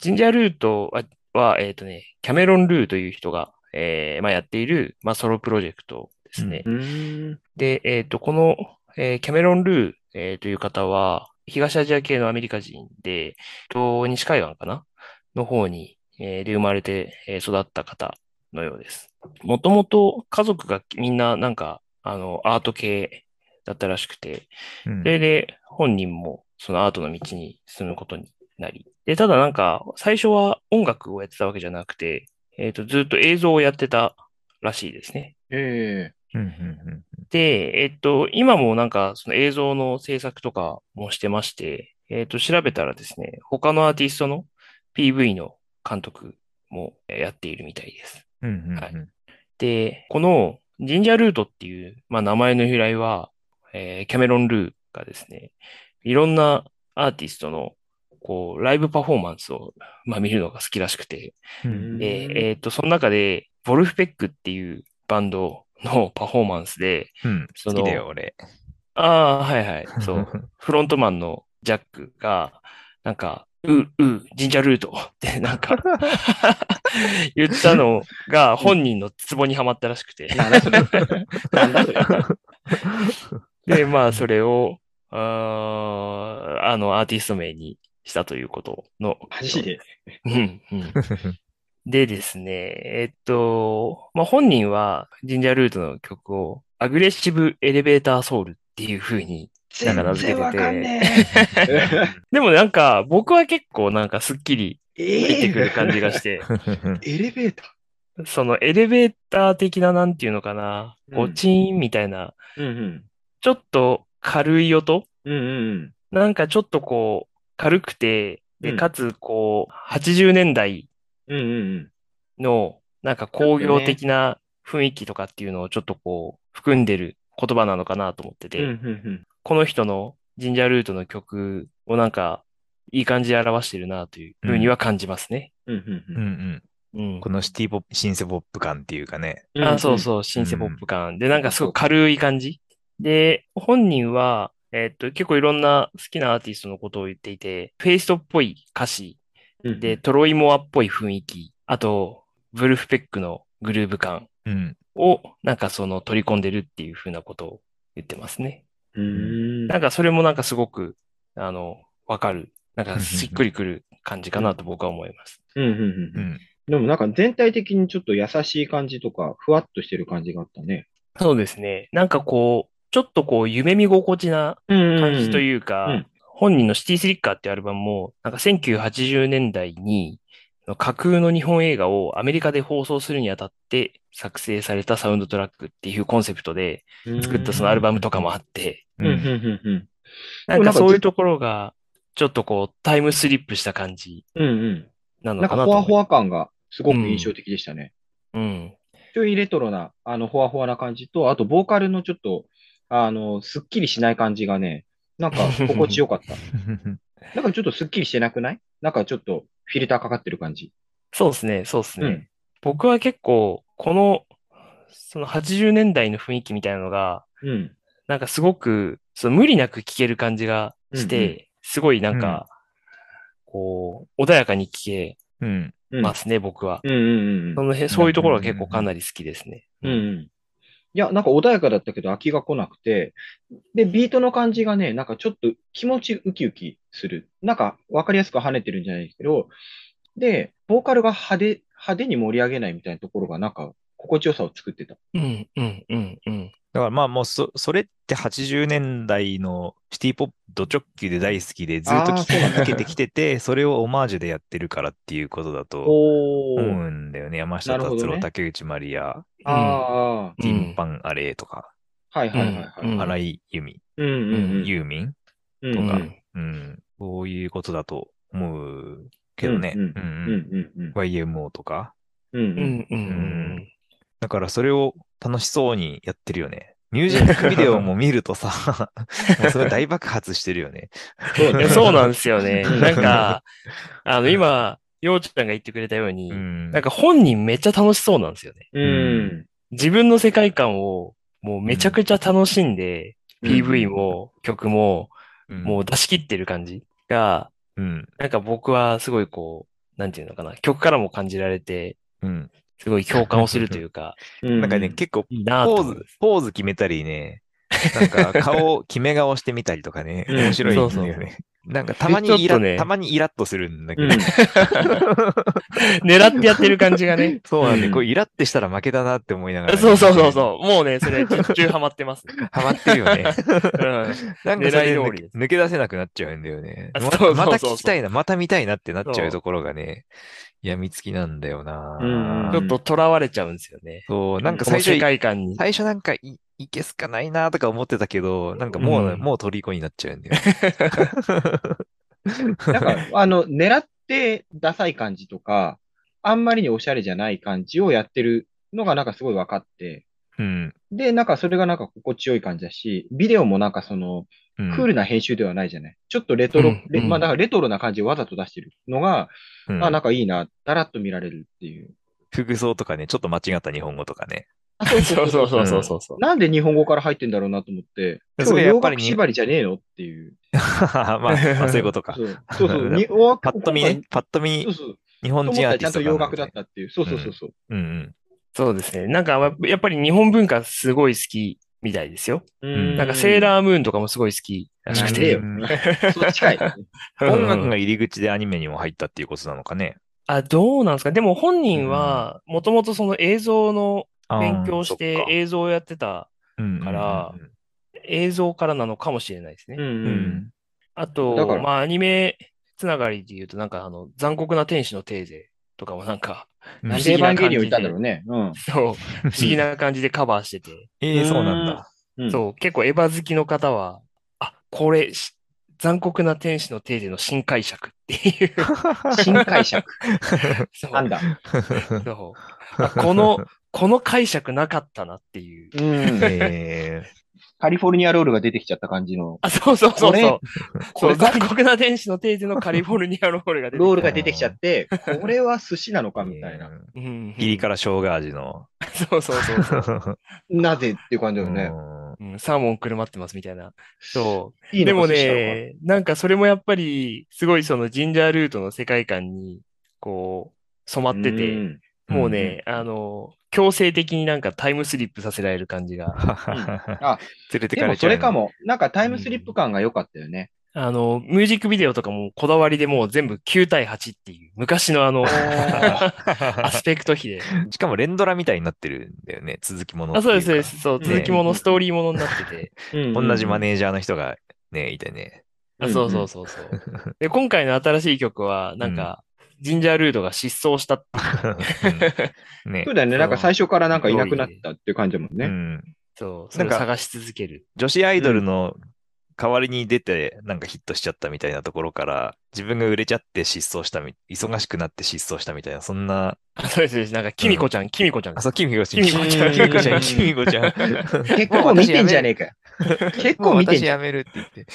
Speaker 2: ジンジャールートは、はえっとね、キャメロン・ルーという人が、えーまあ、やっている、まあ、ソロプロジェクトですね。で、えっと、この、えーキャメロン・ルー、えーという方は、東アジア系のアメリカ人で、えっと西海岸かなの方に、えーで生まれて、えー育った方のようです。もともと家族がみんななんか、あの、アート系だったらしくて、
Speaker 1: うん
Speaker 2: それで本人もそのアートの道に進むことになり。で、ただなんか、最初は音楽をやってたわけじゃなくて、えっと、ずっと映像をやってたらしいですね。
Speaker 3: ええ
Speaker 1: うんうん
Speaker 2: で、えっと、今もなんか、その映像の制作とかもしてまして、えっと、調べたらですね、他のアーティストの PV の監督もやっているみたいです。
Speaker 1: うんうんうん
Speaker 2: はいで、このジンジャールートっていう、まあ、名前の由来は、えーキャメロン・ルーがですね、いろんなアーティストのこうライブパフォーマンスを、まあ、見るのが好きらしくて、
Speaker 1: うん
Speaker 2: で
Speaker 3: うん
Speaker 2: えっと、その中で、ボルフペックっていうバンドのパフォーマンスで、
Speaker 1: うん
Speaker 2: そ
Speaker 1: 好
Speaker 2: の
Speaker 1: きだよ、俺。
Speaker 2: ああー、は いはい、そう、フロントマンのジャックが、なんか、う、う、ジンジャールート って、なんか、 言ったのが本人のツボにはまったらしくて。
Speaker 3: なんだそれ。なんだそれ。
Speaker 2: で、まあ、それを、あーあの、アーティスト名にしたということの。
Speaker 3: マジで。
Speaker 2: うん、うん。でですね、えっと、まあ、本人は、ジンジャールートの曲を、アグレッシブエレベーターソウルっていう風に。
Speaker 3: 全
Speaker 2: だから
Speaker 3: 然わかんね
Speaker 2: でもなんか、僕は結構なんかスッキリ
Speaker 3: え。
Speaker 2: 出
Speaker 3: え
Speaker 2: てくる感じ
Speaker 3: が。
Speaker 2: が して、
Speaker 3: エレベータ
Speaker 2: そのエレベーター的ななんていうのかな、こ
Speaker 3: うん
Speaker 2: うチーンみたいな、
Speaker 3: ー。うん
Speaker 2: ちょっと軽い音
Speaker 3: うん。うんうん
Speaker 2: なんかちょっとこう、軽くて、
Speaker 3: う
Speaker 2: で、
Speaker 3: ん
Speaker 2: かつこう、80年代
Speaker 3: うん。うんうんうん。
Speaker 2: の、なんか工業的な雰囲気とかっていうのをちょっとこう、含んでる言葉なのかなと思って
Speaker 3: うんうん
Speaker 2: て、
Speaker 3: うん。
Speaker 2: この人のジンジャールートの曲をなんか、いい感じで表してるなというふうには感じますね。
Speaker 3: うんうんうん
Speaker 1: うんうん
Speaker 2: うん
Speaker 1: こ。のシティポップ、シンセポップ感っていうかね。
Speaker 3: うん
Speaker 2: あ、そうそう、シンセポップ感。で、なんかすごい軽い感じ。で、本人は、えっと、結構いろんな好きなアーティストのことを言っていて、フェイストっぽい歌詞、
Speaker 3: うん。
Speaker 2: で、トロイモアっぽい雰囲気、あと、ブルフペックのグルーヴ感
Speaker 1: うん。
Speaker 2: を、なんかその取り込んでるっていう風なことを言ってますね。
Speaker 3: うーん。
Speaker 2: なんかそれもなんかすごく、あの、わかる。なんかしっくりくる感じかなと僕は思います。
Speaker 3: うんうんう
Speaker 1: う
Speaker 3: んうん。
Speaker 1: ん。
Speaker 3: でもなんか全体的にちょっと優しい感じとか、ふわっとしてる感じがあったね。
Speaker 2: そうですね。なんかこう、ちょっとこう、夢見心地な
Speaker 3: 感
Speaker 2: 感じと
Speaker 3: う。
Speaker 2: いうか、
Speaker 3: うん
Speaker 2: 本人のシティスリッカーっていうアルバムも、なんか1980年代に、架空の日本映画をアメリカで放送するにあたって作成されたサウンドトラックっていうコンセプトで作ったそのアルバムとかもあって、
Speaker 3: うんうんうんうん。
Speaker 2: なんかそういうところが、ちょっとこう、タイムスリップした感じ
Speaker 3: うん
Speaker 2: な
Speaker 3: うん。
Speaker 2: の
Speaker 3: な
Speaker 2: か
Speaker 3: んか
Speaker 2: なと
Speaker 3: ほわ
Speaker 2: 思
Speaker 3: ほわ感がすごく印象的でしたね。
Speaker 2: う。うん。
Speaker 3: ちょいレトロな、あの、ほわほわな感じと、あと、ボーカルのちょっと、あの、すっきりしない感じがね、 なんか、心地よかった。なんかちょっとすっきりしてなくないなんかちょっと、フィルターかかってる感じ。
Speaker 2: そうですね、そうですね。
Speaker 3: うん
Speaker 2: 僕は結構、この、その80年代の雰囲気みたいなのが、
Speaker 3: うん。
Speaker 2: なんかすごく、その無理なく聴ける感じがして、
Speaker 3: うん
Speaker 2: すごいなんか、こう、穏やかに聴け
Speaker 1: うん。
Speaker 3: うん。
Speaker 2: ますね、僕は。
Speaker 3: うんうんう
Speaker 2: そ
Speaker 3: ん。
Speaker 2: の辺、そういうところが結構かなり好きですね。
Speaker 3: うんうん。いや、なんか穏やかだったけど、飽きが来なくて、で、ビートの感じがね、なんかちょっと気持ちウキウキする。なんか、わかりやすく跳ねてるんじゃないですけど、で、ボーカルが派手、派手に盛り上げないみたいなところが、なんか、心地よさを作ってた。
Speaker 2: うん、うん、うん、うん。
Speaker 1: だからまあもうそ、それって80年代のシティポップド直球で大好きでずっと聴き続けてきてて、それをオマージュでやってるからっていうことだと
Speaker 3: お
Speaker 1: 思うんだよね。山下
Speaker 3: なるほ
Speaker 1: 達
Speaker 3: どね
Speaker 1: 郎、竹内まりや、
Speaker 3: ああ、
Speaker 2: うん
Speaker 1: ティンパンアレイとか、
Speaker 3: はいはいはいはい。
Speaker 2: うん
Speaker 1: 荒井由実、
Speaker 3: うんうん
Speaker 1: ユーミン
Speaker 3: うん。
Speaker 1: と
Speaker 2: う
Speaker 1: か
Speaker 2: ん、
Speaker 1: うん、そういうことだと思うけどね。
Speaker 3: うんうん
Speaker 1: う
Speaker 3: うん
Speaker 1: うん
Speaker 3: んうん
Speaker 1: YMO とか。
Speaker 3: うんうん
Speaker 2: うん、う
Speaker 3: うん
Speaker 2: ん、うん。
Speaker 1: だからそれを楽しそうにやってるよね。ミュージックビデオも見ると さ、もうそれ大爆発してるよね。
Speaker 3: そう
Speaker 2: い
Speaker 3: ね
Speaker 2: やそうなんですよね。
Speaker 3: うん
Speaker 2: なんか、あの、今、ようちゃんが言ってくれたように、
Speaker 1: うん
Speaker 2: なんか本人めっちゃ楽しそうなんですよね。
Speaker 3: うん
Speaker 2: 自分の世界観をもうめちゃくちゃ楽しんで、PV も曲ももう出し切ってる感じが、
Speaker 1: うん、
Speaker 2: なんか僕はすごいこう、なんていうのかな、曲からも感じられて、
Speaker 1: うん。
Speaker 2: すごい共感をするとい うか、
Speaker 3: うん。
Speaker 1: なんかね、結構
Speaker 2: いいなと
Speaker 1: ポー
Speaker 2: 思いま
Speaker 1: ズ、ポーズ決めたりね、なんか顔、決め顔してみたりとかね、
Speaker 3: うん
Speaker 1: 面白いんだよね。
Speaker 2: そう
Speaker 1: なんかたま
Speaker 2: ちょっ
Speaker 1: に
Speaker 2: と
Speaker 1: イラ、
Speaker 2: ね
Speaker 1: たまにイラッとするんだけ
Speaker 3: う
Speaker 1: ど。。
Speaker 3: ん。
Speaker 2: す。狙ってやってる感じがね
Speaker 1: そうなんで、
Speaker 3: うん
Speaker 1: こうイラッてしたら負けだなって思いながらね、
Speaker 2: そうそうそうそう。もうね、それ、ちょっと中ハマって ます。
Speaker 1: ハマってる よね。
Speaker 2: うん。
Speaker 1: なんかそれ
Speaker 2: 狙い
Speaker 1: 抜
Speaker 2: 通り
Speaker 1: け
Speaker 2: です
Speaker 1: 抜け出せなくなっちゃうんだよね。
Speaker 2: あ
Speaker 1: ま
Speaker 2: そうそう
Speaker 1: また
Speaker 2: そうそう
Speaker 1: 聞きたいな、また見たいなってなっちゃ
Speaker 2: そうう
Speaker 1: ところがね、病みつきなんだよな、
Speaker 3: うん
Speaker 2: ちょっと囚われちゃうんですよね。
Speaker 1: そう、なんか
Speaker 2: こ
Speaker 1: 最
Speaker 2: の
Speaker 1: 初
Speaker 2: 世、界観に。
Speaker 1: 最初なんかいいけすかないなとか思ってたけど、なんかもう、
Speaker 2: うん
Speaker 1: もう虜になっちゃうんだよね。
Speaker 3: なんか、あの、狙ってダサい感じとか、あんまりにおしゃれじゃない感じをやってるのがなんかすごい分かって、
Speaker 1: うん。
Speaker 3: で、なんかそれがなんか心地よい感じだし、ビデオもなんかその、
Speaker 1: ク
Speaker 3: クールな編集ではないじゃない。ちょっとレトロ、
Speaker 2: うん
Speaker 3: レ
Speaker 2: うん
Speaker 3: まあだからレトロな感じをわざと出してるのが、
Speaker 1: うん
Speaker 3: あ、なんかいいな、だらっと見られるっ ていう。
Speaker 1: 服装とかね、ちょっと間違った日本語とか ね。
Speaker 3: あ、そう
Speaker 4: そうそうそうそうそうそう。
Speaker 3: なんで日本語から入ってんだろうなと思って、
Speaker 1: そ
Speaker 3: 今
Speaker 1: れ
Speaker 3: 日
Speaker 1: やっ
Speaker 3: 洋
Speaker 1: ぱり
Speaker 3: 楽
Speaker 1: に
Speaker 3: 縛りじゃねえのっていう。
Speaker 1: まあ、まあそういうことか
Speaker 3: そ。うそ うそうに
Speaker 1: パッと見ね、パッと見
Speaker 3: そう、そう。
Speaker 1: 日
Speaker 3: と
Speaker 1: 本
Speaker 3: 思った
Speaker 1: 人アー
Speaker 3: ら
Speaker 1: テ
Speaker 3: ち
Speaker 1: ィ
Speaker 3: ゃ
Speaker 1: ストか
Speaker 3: んと
Speaker 1: な
Speaker 3: 洋楽だったっていう。そうそうそうそう。
Speaker 1: うんうん。
Speaker 2: そうですね。なんか、やっぱり日本文化すごい好きみたいですよ。
Speaker 3: う
Speaker 1: うん
Speaker 2: なんか、セーラームーンとかもすごい好きらし
Speaker 3: な
Speaker 2: く
Speaker 3: ん
Speaker 2: て。
Speaker 3: でよ。そっちかい。
Speaker 1: 音楽
Speaker 2: うん
Speaker 1: が入り口でアニメにも入ったっていうことなのかね。
Speaker 2: あ、どうなんですかでも本人は、もともとその映像の勉強して映像をやってた
Speaker 1: か
Speaker 2: から、映像からなのかもしれないですね。
Speaker 3: うん
Speaker 1: う
Speaker 3: うんん。
Speaker 2: あ
Speaker 3: だ
Speaker 2: と
Speaker 3: か、ら
Speaker 2: まあ、アニメつながりで言うと、なんか、あの、残酷な天使のテーゼとかもなんか、
Speaker 1: うん
Speaker 3: なんでエヴァンゲリオンいたんだろうね。うん。
Speaker 2: そう、不思議な感じでカバーしてて、
Speaker 1: ええ、そうなんだ。
Speaker 3: うん
Speaker 2: そう、結構エヴァ好きの方は、あ、これ、し残酷な天使のテーゼの新解釈って いう。
Speaker 3: 新解釈。
Speaker 2: そう
Speaker 3: なんだ。
Speaker 2: そうあこの、この解釈なかったなっていう。
Speaker 3: う ん。
Speaker 1: ええ
Speaker 3: カリフォルニアロールが出てきちゃった感じの。
Speaker 2: あ、そうそうそう
Speaker 3: こ
Speaker 2: そ
Speaker 3: れ
Speaker 2: う。そう残酷な天使のテーゼのカリフォルニアロールが出てきた
Speaker 3: ロールが出てきちゃって、 これは寿司なのかみたいな。。
Speaker 2: うんうん
Speaker 1: 入りから生姜味の。
Speaker 2: そうそうそうそう。
Speaker 3: なぜっていう感じだよね。
Speaker 2: うん、サーモンくるまってますみたいな。そう。
Speaker 3: いい
Speaker 2: で
Speaker 3: の
Speaker 2: も
Speaker 3: か寿司なのか
Speaker 2: ね、なんかそれもやっぱり、すごいそのジンジャールートの世界観に、こう、染まってて、
Speaker 3: うん
Speaker 2: もうね、あの、強制的になんかタイムスリップさせられる感じが、
Speaker 1: あ
Speaker 3: あ、
Speaker 1: 連れて
Speaker 3: で
Speaker 1: か
Speaker 3: も
Speaker 1: れち
Speaker 3: そ
Speaker 1: ゃう。
Speaker 3: れか。も、なんかタイムスリップ感が良かったよね。
Speaker 2: あの、ミュージックビデオとかもこだわりでもう全部9対8っていう、昔のあの、アスペクト比で。
Speaker 1: しかも連ドラみたいになってるんだよね。続きもの。
Speaker 2: あ、そうです、そうで。す。そう、
Speaker 3: ね
Speaker 2: 続きもの、ストーリーものになってて。
Speaker 1: 同じマ
Speaker 3: ー。
Speaker 1: ネージャーの人がね、いて ね。
Speaker 2: あそうそうそう そう。で、今回の新しい曲は、なんか、ジンジャールードが失踪したって
Speaker 1: ね
Speaker 3: そう。だよね。なんか最初からなんかいなくなったっていう感じだもん
Speaker 1: う
Speaker 3: ね。
Speaker 1: ん。
Speaker 2: そう、それを
Speaker 1: なんか
Speaker 2: 探し続ける。
Speaker 1: 女子アイドルの代わりに出て、なんかヒットしちゃったみたいなところから、自分が売れちゃって失踪したみ、忙しくなって失踪したみたいな、そんな、
Speaker 2: あそうですそうです、なんか、キミコちゃん、キミコちゃん
Speaker 1: あ、。そう、キミコちゃん、
Speaker 2: キミコ
Speaker 3: ちゃん
Speaker 1: キミコちゃん、キミコちゃん。
Speaker 3: 結構見てんじゃね
Speaker 1: え
Speaker 3: えかよ。結構見てんじゃ
Speaker 1: もう私やめるって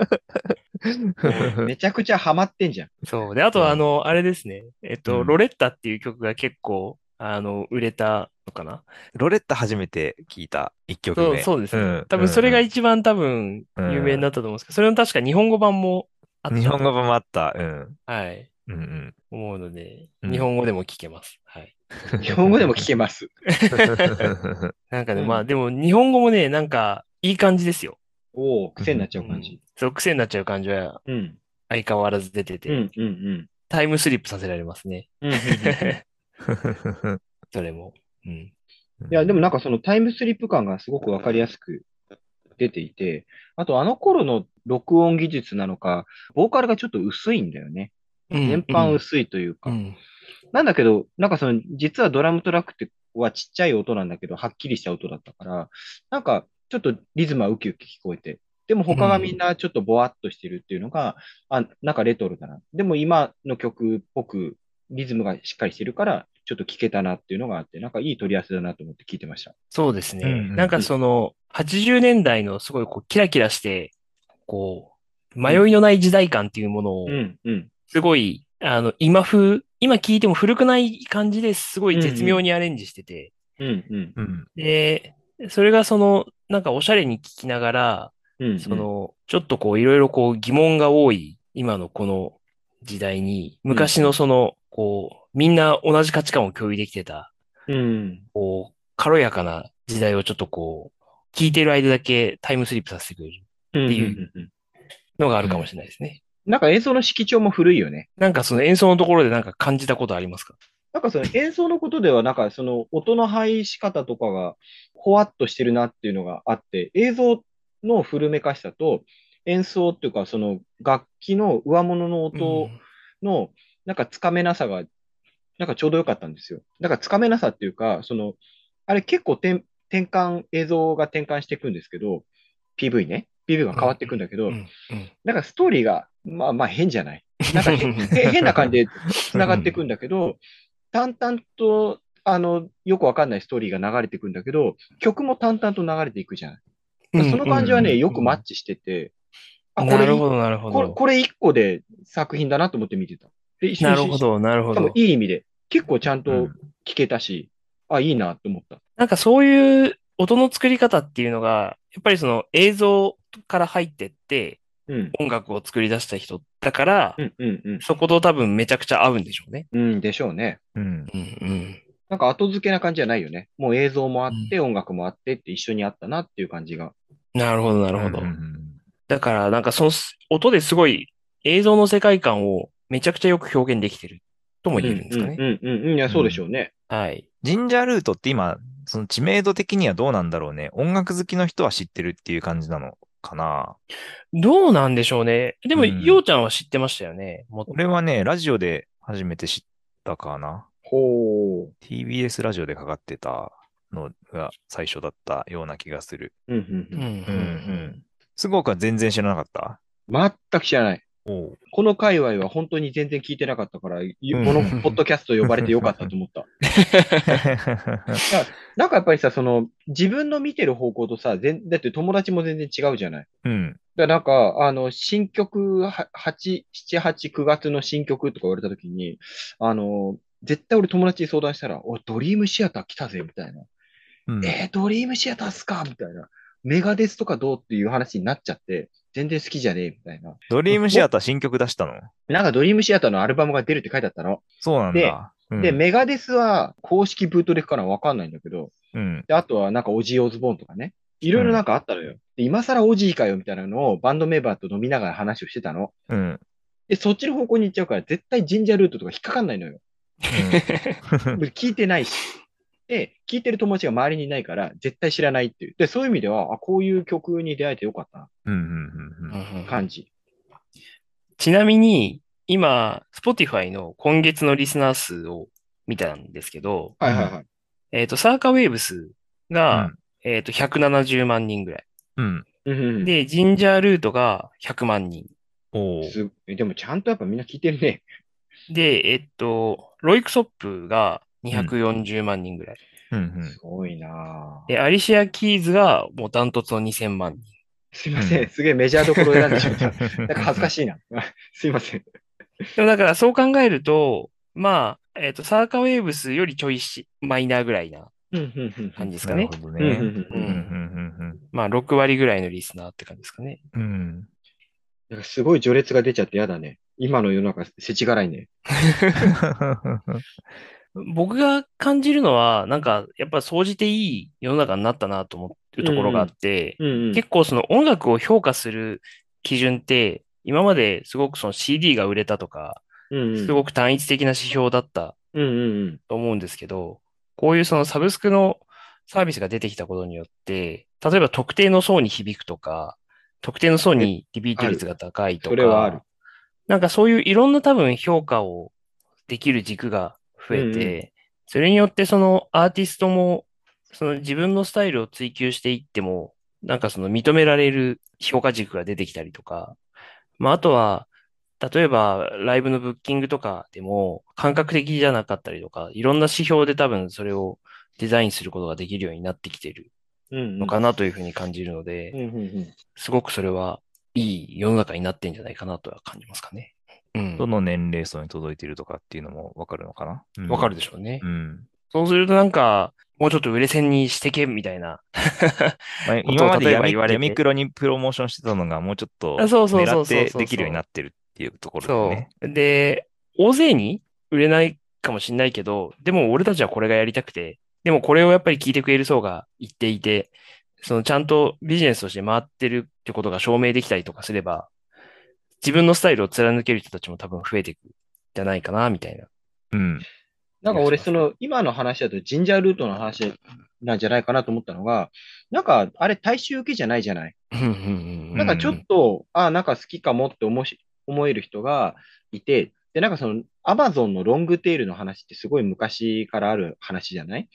Speaker 1: 言
Speaker 3: ん。
Speaker 1: って。
Speaker 3: めちゃくちゃハマってんじゃん。
Speaker 2: そう。で、あとは、あの、あれですね。えっ
Speaker 1: う
Speaker 2: と、
Speaker 1: ん
Speaker 2: ロレッタっていう曲が結構、あの、売れたのかな。
Speaker 1: ロレッタ初めて聞いた一曲
Speaker 2: そう、
Speaker 1: 目。
Speaker 2: そうですね
Speaker 1: ん
Speaker 2: 多分、それが
Speaker 1: うん
Speaker 2: 一番多分、
Speaker 1: うん
Speaker 2: 有名になったと思うんですけど、それの確か日本語版もあった。
Speaker 1: 日本語版もあった。うん。
Speaker 2: はい。
Speaker 1: うん うん。
Speaker 2: 思うので、
Speaker 1: うん
Speaker 2: 日本語でも聴けます。はい。
Speaker 3: 日本語でも聞けます。
Speaker 2: なんかね、
Speaker 3: うん
Speaker 2: まあ、でも、日本語もね、なんか、いい感じですよ。
Speaker 3: おお、癖になっちゃう感じ。
Speaker 2: そう、癖になっちゃう感じは
Speaker 3: うん。
Speaker 2: 相変わらず出て
Speaker 3: うん
Speaker 2: て、
Speaker 3: うん
Speaker 2: タイムスリップさせられますね。
Speaker 3: うん。
Speaker 2: それも。うん。
Speaker 3: いや、でもなんかそのタイムスリップ感がすごくわかりやすく出ていて、あとあの頃の録音技術なのか、ボーカルがちょっと薄いんだよね。全般薄いというか。
Speaker 2: うん。
Speaker 3: なんだけど、なんかその、実はドラムトラックってはちっちゃい音なんだけど、はっきりした音だったから、なんかちょっとリズムはウキウキ聞こえて、でも他がみんなちょっとボワッとしてるっていうのが、あ、なんかレトロだな。でも今の曲っぽくリズムがしっかりしてるから、ちょっと聞けたなっていうのがあって、なんかいい取り合わせだなと思って聞いてました。
Speaker 2: そうですね。
Speaker 1: うんうん
Speaker 2: なんかその、80年代のすごいこう、キラキラして、こう、迷いのない時代感っていうものを
Speaker 3: う、ん、うん。
Speaker 2: すごい、あの、今風、今聞いても古くない感じですごい絶妙にアレンジしてて、
Speaker 3: うん、うん
Speaker 1: うん、
Speaker 2: で、それがその、なんかおしゃれに聞きながら、
Speaker 3: うん。
Speaker 2: その、ちょっとこう、いろいろこう、疑問が多い、今のこの時代に、昔のその、こう、みんな同じ価値観を共有できてた、
Speaker 3: うん、
Speaker 2: こう、軽やかな時代をちょっとこう、聞いてる間だけタイムスリップさせてくれる
Speaker 3: うん。
Speaker 2: っていう
Speaker 3: うん。
Speaker 2: のがあるかもしれないですね。
Speaker 3: なんか演奏の色調も古いよね。
Speaker 2: なんかその演奏のところでなんか感じたことありますか
Speaker 3: なんかその演奏のことでは、なんかその音の入し方とかが、ほわっとしてるなっていうのがあって、映像の古めかしさと、演奏っていうか、その楽器の上物の音の、なんかつかめなさが、なんかちょうどよかったんですよ。だからつかめなさっていうか、その、あれ結構転転換、映像が転換していくんですけど、PV ね。PV が変わっていくんだけど、
Speaker 2: うんうん
Speaker 3: なんかストーリーがまあまあ変じゃない。なんかへ へ変な感じで繋がっていくんだけど、淡々と、あの、よくわかんないストーリーが流れていくんだけど、曲も淡々と流れていくじゃない。だからその感じはね、よくマッチしてて、あ、こ
Speaker 2: な
Speaker 3: れ
Speaker 2: るほど、なるほ
Speaker 3: これ、
Speaker 2: ど。
Speaker 3: これ一個で作品だなと思って見てた。で、一緒
Speaker 2: なるほど、なるほ
Speaker 3: しかも
Speaker 2: ど。
Speaker 3: いい意味で、結構ちゃん
Speaker 1: う
Speaker 3: と
Speaker 1: ん
Speaker 3: 聞けたし、あ、いいなと思った。
Speaker 2: なんかそういう音の作り方っていうのが、やっぱりその映像から入ってって、
Speaker 3: うん。
Speaker 2: 音楽を作り出した人だから、
Speaker 3: うん、うん、
Speaker 2: そこと多分めちゃくちゃ合うんでしょうね。
Speaker 3: うん。うん、でしょうね。
Speaker 1: うん。
Speaker 2: うんうん。
Speaker 3: なんか後付けな感じじゃないよね。もう映像もあって、音楽もあってって一緒にあったなっていう感じが。
Speaker 2: なるほど、なる
Speaker 1: な
Speaker 2: ほど。だから、なんかその音ですごい映像の世界観をめちゃくちゃよく表現できてるとも言えるんですかね。
Speaker 3: うん、うん、うん。いや、そうでしょうね。
Speaker 2: はい。
Speaker 1: ジンジャールートって今、その知名度的にはどうなんだろうね。音楽好きの人は知ってるっていう感じなのかな。
Speaker 2: どうなんでしょうね。でも、
Speaker 1: うん
Speaker 2: ようちゃんは知ってましたよね。もっと
Speaker 1: 俺はね、ラジオで初めて知ったかな。
Speaker 3: ほう。
Speaker 1: TBS ラジオでかかってたのが最初だったような気がする。
Speaker 3: うん、うん、
Speaker 2: う
Speaker 3: うん。
Speaker 2: うん
Speaker 1: うん
Speaker 2: ん
Speaker 1: うん。すごくは全然知らなかった。
Speaker 3: 全く知らない。
Speaker 1: おう
Speaker 3: この界隈は本当に全然聞いてなかったから、い
Speaker 1: うん
Speaker 3: このポッドキャスト呼ばれてよかったと 思った。 なんかやっぱりさ、その、自分の見てる方向とさ、全だって友達も全然違うじゃない。
Speaker 1: うん。
Speaker 3: だからなんか、あの、新曲、は8、7、8、9月の新曲とか言われたときに、あの、絶対俺友達に相談したら、おい、ドリームシアター来たぜ、みたいな。
Speaker 1: うん
Speaker 3: えー、ドリームシアターっすかみたいな。メガデスとかどうっていう話になっちゃって、全然好きじゃねえ、みたいな。
Speaker 1: ドリームシアター新曲出したの
Speaker 3: なんかドリームシアターのアルバムが出るって書いてあったの。
Speaker 1: そうなんだ。うん
Speaker 3: で、メガデスは公式ブートレックかなわかんないんだけど、
Speaker 1: うん。
Speaker 3: であとはなんかオジー・オズボーンとかね、いろいろなんかあったのよ。で今更オジーかよみたいなのをバンドメンバーと飲みながら話をしてたの。
Speaker 1: うん。うん
Speaker 3: で、そっちの方向に行っちゃうから、絶対ジンジャールートとか引っかかんないのよ。聞いてないし。で、聞いてる友達が周りにいないから、絶対知らないっていう。で、そういう意味では、あ、こういう曲に出会えてよかった
Speaker 1: うんうんうんうん。
Speaker 2: うん
Speaker 3: な、感じ。
Speaker 2: ちなみに、今、Spotify の今月のリスナー数を見たんですけど、
Speaker 1: はいはい
Speaker 3: はい。
Speaker 2: えっと、サーカーウェーブスが
Speaker 1: う、
Speaker 2: えっと、170万人ぐらい。
Speaker 1: うん。
Speaker 3: うん、で、
Speaker 2: で、ジンジャールートが100万人。
Speaker 1: おう
Speaker 3: すでもちゃんとやっぱみんな聞いてるね。
Speaker 2: で、えっと、ロイクソップが240万人ぐらい。
Speaker 1: うんうん
Speaker 3: すごいなぁ。
Speaker 2: で、アリシア・キーズがもうダントツの2000万人。
Speaker 3: すいません。すげえメジャーどころ選んでし ま った。なんか恥ずか
Speaker 1: しい。
Speaker 3: しいな。すいません。
Speaker 2: でもだからそう考えると、まあ、えっと、サーカーウェーブスよりちょいし、マイナーぐらいな
Speaker 3: うんうんうん
Speaker 2: 感じですか
Speaker 1: なる
Speaker 2: ね
Speaker 1: ほ。ど
Speaker 3: うんう
Speaker 1: ね。
Speaker 3: ん
Speaker 1: う
Speaker 3: うんん
Speaker 1: うん
Speaker 2: まあ、6割ぐらいのリスナーって感じですかね。
Speaker 1: うんうんうん。
Speaker 3: なんかすごい序列が出ちゃってやだね。今の世の中、世知辛いね。
Speaker 2: 僕が感じるのは、なんか、やっぱ総じていい世の中になったなと思うところがあって、
Speaker 3: うんうん
Speaker 2: 結構その音楽を評価する基準って、今まですごくその CD が売れたとか、
Speaker 3: うんうん
Speaker 2: すごく単一的な指標だった
Speaker 3: うんうん
Speaker 2: と思うんですけど、こういうそのサブスクのサービスが出てきたことによって、例えば特定の層に響くとか、特定の層にリピート率が高いと
Speaker 3: あるそれはある
Speaker 2: か、なんかそういういろんな多分評価をできる軸が増え
Speaker 3: うん
Speaker 2: て、それによってそのアーティストも、その自分のスタイルを追求していっても、なんかその認められる評価軸が出てきたりとか、まああとは、例えばライブのブッキングとかでも感覚的じゃなかったりとか、いろんな指標で多分それをデザインすることができるようになってきてる
Speaker 3: うん。
Speaker 2: のかなというふうに感じるの
Speaker 3: うん
Speaker 2: で、
Speaker 3: うんうん。
Speaker 2: すごくそれはいい世の中になってんじゃないかなとは感じますかね。うん。
Speaker 1: どの年齢層に届いてるとかっていうのもわかるのかなうん
Speaker 2: わかるでしょうね
Speaker 1: う。ん。
Speaker 2: そうするとなんか、もうちょっと売れ線にしてけみたいな。
Speaker 1: まあ
Speaker 2: とを
Speaker 1: 今まで
Speaker 2: 例えば
Speaker 1: 闇
Speaker 2: 言われて
Speaker 1: 闇黒にプロモーションしてたのがもうちょっと
Speaker 2: あそうそうそ
Speaker 1: 狙
Speaker 2: う
Speaker 1: っ
Speaker 2: そう
Speaker 1: て
Speaker 2: そう
Speaker 1: できるようになってるっていうところだよ
Speaker 2: そ
Speaker 1: ね。
Speaker 2: う。で、大勢に売れないかもしれないけど、でも俺たちはこれがやりたくて、でもこれをやっぱり聞いてくれる層がいていて、そのちゃんとビジネスとして回ってるってことが証明できたりとかすれば、自分のスタイルを貫ける人たちも多分増えていくんじゃないかな、みたいな。
Speaker 1: うん。
Speaker 3: なんか俺、その、今の話だと、ジンジャールートの話なんじゃないかなと思ったのが、なんか、あれ、大衆受けじゃないじゃない。なんかちょっと、あなんか好きかもって思し思える人がいて、で、なんかその、アマゾンのロングテールの話ってすごい昔からある話じゃない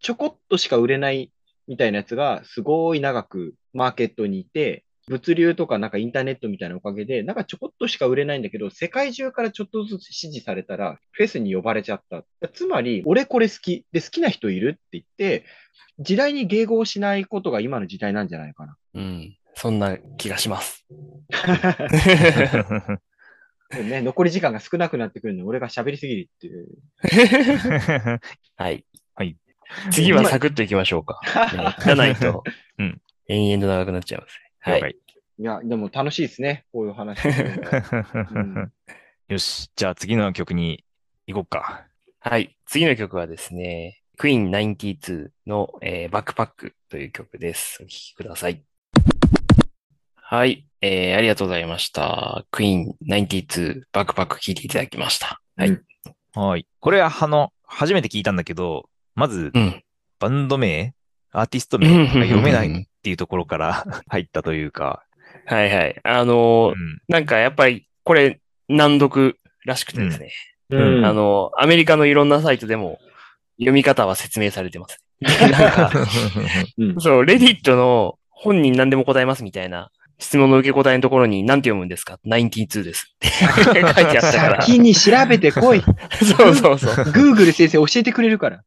Speaker 3: ちょこっとしか売れないみたいなやつが、すごい長くマーケットにいて、物流とかなんかインターネットみたいなおかげで、なんかちょこっとしか売れないんだけど、世界中からちょっとずつ支持されたら、フェスに呼ばれちゃった。つまり、俺これ好き。で、好きな人いるって言って、時代に迎合しないことが今の時代なんじゃないかな。
Speaker 2: うん。そんな気がします。
Speaker 3: ね、残り時間が少なくなってくるので、俺が喋りすぎるっていう。
Speaker 2: はい。
Speaker 1: はい。
Speaker 2: 次はサクッといきましょ うか。じゃないと、うん。延々と長くなっちゃいます。はい。
Speaker 3: いや、でも楽しいですね。こういう話、
Speaker 1: うん、よし。じゃあ次の曲に行こうか。
Speaker 2: はい。次の曲はですね、Queen 92の、えー、バックパックという曲です。お聴きください。はい。えー、ありがとうございました。Queen 92バックパック聴いていただきました。はい。
Speaker 1: うん、はい。これは、あの、初めて聞いたんだけど、まず、うん、バンド名、アーティスト名が読めないっていうところから 入ったというか。
Speaker 2: はいはい。あのーうん、なんかやっぱり、これ、難読らしくてですね。あのー、アメリカのいろんなサイトでも、読み方は説明されてます。 なん か、そう、レディットの本人何でも答えますみたいな質問の受け答えのところに何て読むんですか ?92 ですって書いてあったから。
Speaker 3: 先に調べてこい。
Speaker 2: そうそうそう。
Speaker 3: Google 先生教えてくれるから。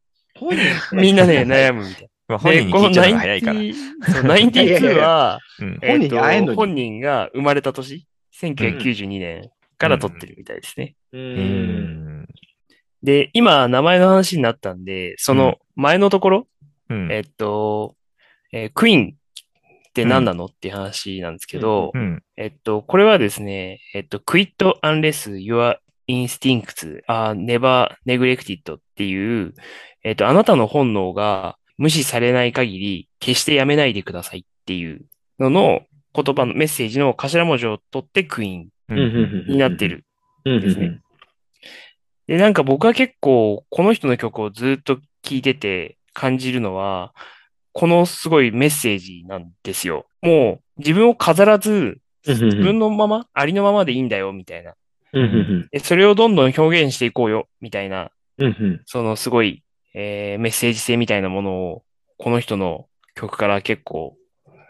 Speaker 2: みんなね、悩むみたいな。
Speaker 1: まあ、本人に聞いちゃうの早いから。
Speaker 2: 92は、本人会えの本人が生まれた年、1992年から撮ってるみたいですね。うん、で、今、名前の話になったんで、その前のところ、うん、えっと、えー、クイーンって何なの、うん、って話なんですけど、うんうん、えっと、これはですね、えっと、quit unless your instincts are never neglected っていう、えっと、あなたの本能が無視されない限り、決してやめないでくださいっていうのの言葉のメッセージの頭文字を取ってクイーンになってるんですね。で、なんか僕は結構この人の曲をずっと聴いてて感じるのは、このすごいメッセージなんですよ。もう自分を飾らず、自分のまま、ありのままでいいんだよ、みたいな。それをどんどん表現していこうよ、みたいな、そのすごい、えー、メッセージ性みたいなものを、この人の曲から結構、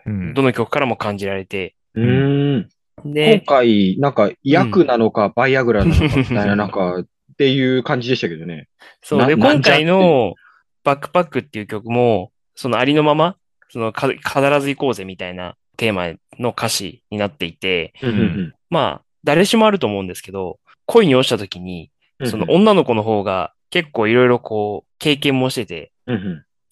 Speaker 2: うん、どの曲からも感じられて。
Speaker 3: うん今回、なんか、薬なのか、バイアグラなのか、みたいな、なんか、っていう感じでしたけどね。
Speaker 2: そう。で、今回の、バックパックっていう曲も、そのありのまま、そのか、必ず行こうぜみたいなテーマの歌詞になっていて、まあ、誰しもあると思うんですけど、恋に落ちた時に、その女の子の方が結構いろいろこう、経験もしてて、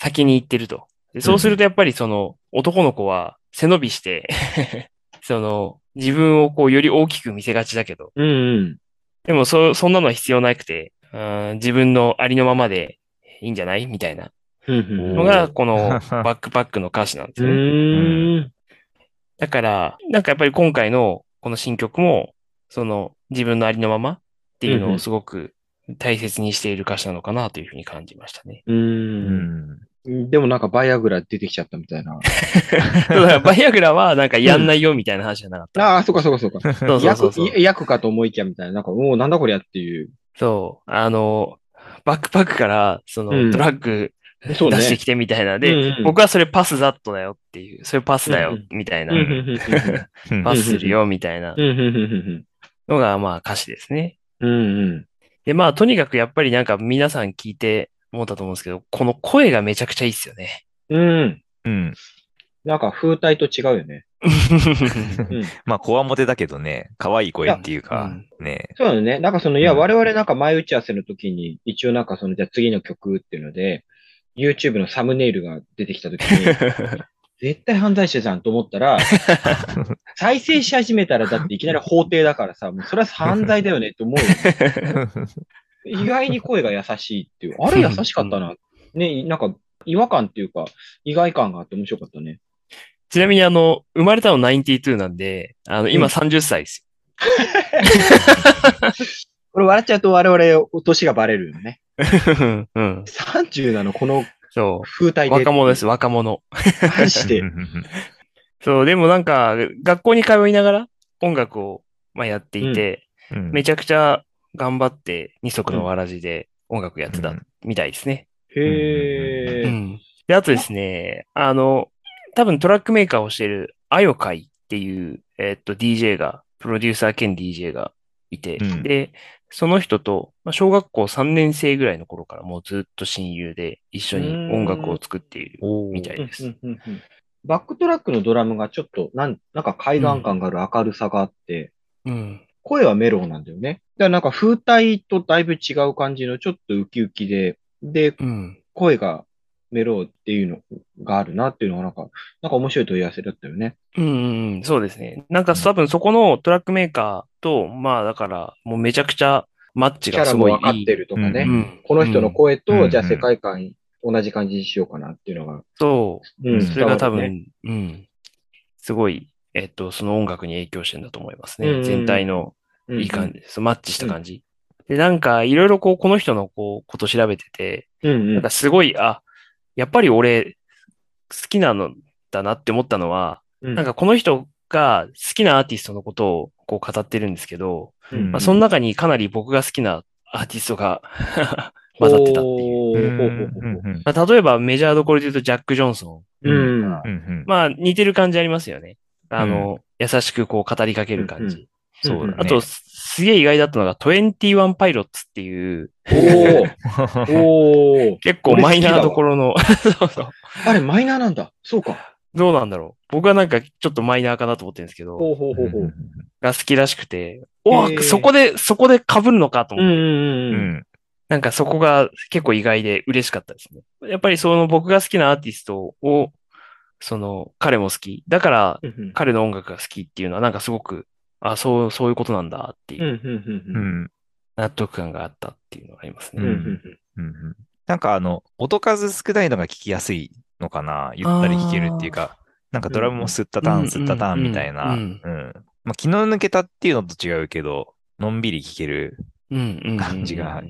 Speaker 2: 先に行ってると。でそうするとやっぱりその男の子は背伸びして その自分をこうより大きく見せがちだけど、
Speaker 3: うんうん、
Speaker 2: でもそ、そんなのは必要なくて、うん自分のありのままでいいんじゃないみたいな。のが、こ のバックパックの歌詞なんですよねだから、なんかやっぱり今回のこの新曲も、その自分のありのままっていうのをすごく大切にしている歌詞なのかなというふうに感じましたね。
Speaker 3: うんでもなんかバイアグラ出てきちゃったみたいな。
Speaker 2: バイアグラはなんかやんないよみたいな話じゃなかった。
Speaker 3: うん、ああ、そうかそうかそうか。そうそうそう役かと思いきやみたいな。なんかもうなんだこりゃっていう。
Speaker 2: そう。あの、バックパックから、その、ドラッグ、うんそうね、出してきてみたいな。で、うんうん、僕はそれパスザットだよっていう、それパスだよ、みたいな。パスするよ、みたいな。のが、まあ歌詞ですね。
Speaker 3: うんうん、
Speaker 2: で、まあとにかくやっぱりなんか皆さん聞いて思ったと思うんですけど、この声がめちゃくちゃいいっすよね。
Speaker 3: うん。
Speaker 1: うん。
Speaker 3: なんか風体と違うよね。
Speaker 1: まあ、こわもてだけどね、可愛い声っていうか、ね。
Speaker 3: そうだね。なんかその、いや、我々なんか前打ち合わせの時に、一応なんかその、じゃあ次の曲っていうので、YouTube のサムネイルが出てきたときに、 絶対犯罪者じゃんと思ったら、再生し始めたらだっていきなり法廷だからさ、もうそれは犯罪だよねって思う、 ね。意外に声が優しいっていう。あれ優しかったな。ね、なんか違和感っていうか、意外感があって面白かったね。
Speaker 2: ちなみにあの、生まれたの92なんで、あの、今30歳です
Speaker 3: よ。これ笑っちゃうと我々、年がバレるよね。
Speaker 2: うん、30
Speaker 3: なのこの
Speaker 2: 風体で。若者です、若者。
Speaker 3: マジ で。
Speaker 2: そう、でもなんか、学校に通いながら音楽を、まあ、やっていて、うんうん、めちゃくちゃ頑張って二足のわらじで音楽やってたみたいですね。
Speaker 3: へえ、
Speaker 2: で、あとですね、あの、多分トラックメーカーをしているあよかいっていう、えっと、DJ が、プロデューサー兼 DJ がいて、
Speaker 1: うん
Speaker 2: で、その人と、まあ、小学校3年生ぐらいの頃からもうずっと親友で一緒に音楽を作っている
Speaker 1: おー
Speaker 2: みたいです。
Speaker 3: うんうんうんうんバックトラックのドラムがちょっとなん、なんか海岸感がある明るさがあって、
Speaker 2: うん。
Speaker 3: 声はメロウなんだよね。だからなんか風体とだいぶ違う感じの、ちょっとウキウキで、で、
Speaker 2: うん。
Speaker 3: 声がメロウっていうのがあるなっていうのがなんか、なんか面白い問い合わせだったよね。
Speaker 2: うんうんうん、そうですね。なんか多分そこのトラックメーカーと、まあだから、もうめちゃくちゃマッチ
Speaker 3: キャ
Speaker 2: が
Speaker 3: ラ
Speaker 2: す
Speaker 3: も
Speaker 2: ごい
Speaker 3: 分かっ
Speaker 2: いい。
Speaker 3: てるとかね。
Speaker 1: うん
Speaker 2: うん
Speaker 3: この人の声と、
Speaker 1: うん
Speaker 3: じゃあ世界観同じ感じにしようかなっていうのが。
Speaker 2: そうう。
Speaker 1: ん
Speaker 2: それが多
Speaker 3: 伝わるね
Speaker 2: 分、うん。すごい、えっと、その音楽に影響してんだと思います
Speaker 3: うんう
Speaker 2: ね。
Speaker 3: ん
Speaker 2: 全体の
Speaker 3: うん
Speaker 2: いい感じ。そうマッチした感じ。で、なんか、いろいろこう、この人のこう、こと調べてて、
Speaker 3: うんう
Speaker 2: なん
Speaker 3: ん
Speaker 2: か。すごい、あ、やっぱり俺、好きなのだなって思ったのは、
Speaker 3: な
Speaker 2: なんか、この人が好きなアーティストのことをこう語ってるんですけど、
Speaker 3: う
Speaker 2: ま
Speaker 1: う
Speaker 2: あ、
Speaker 1: ん
Speaker 2: その中にかなり僕が好きなアーティストが混ざってたっていう。
Speaker 3: ほうほうほうほう
Speaker 1: うん
Speaker 2: まあ、例えばメジャーどころで言うとジャック・ジョンソン。
Speaker 3: うんう
Speaker 1: うん
Speaker 3: ん
Speaker 1: うん
Speaker 2: まあ似てる感じありますよね。あの、優しくこう語りかける感じ。
Speaker 1: そうだね。
Speaker 2: あと、すすげえ意外だったのが21パイロッツっていう、
Speaker 3: おーおー
Speaker 2: 結構マイナーどころの、そうそう。
Speaker 3: あれ、マイナーなんだ。そうか。
Speaker 2: どうなんだろう。僕はなんかちょっとマイナーかなと思ってるんですけど、
Speaker 3: ほうほうほうほう。
Speaker 2: が好きらしくて、お
Speaker 3: へ
Speaker 2: ー
Speaker 3: ー
Speaker 2: そこで、そこで被るのかと
Speaker 3: う
Speaker 2: 思
Speaker 3: ん
Speaker 2: って、
Speaker 3: うん
Speaker 1: う
Speaker 3: うん。
Speaker 1: ん。
Speaker 2: なんかそこが結構意外で嬉しかったですね。やっぱりその僕が好きなアーティストを、その彼も好き。だから
Speaker 3: うんうん
Speaker 2: 彼の音楽が好きっていうのはなんかすごく、あ、そう、そういうことなんだっていう
Speaker 3: うんうんうん
Speaker 1: う
Speaker 3: うん。
Speaker 1: ん。
Speaker 2: 納得感があったっていうのがあります
Speaker 3: う
Speaker 2: ね。
Speaker 3: んうん
Speaker 1: うんうんなんかあの、音数少ないのが聞きやすいのかな。ゆったり聞けるっていうか、なんかドラムも吸ったターン、吸ったターンみたいな。うん
Speaker 2: う
Speaker 1: ん。まあ、気の抜けたっていうのと違うけど、のんびり聞ける、
Speaker 2: うんうんうん
Speaker 1: 感じが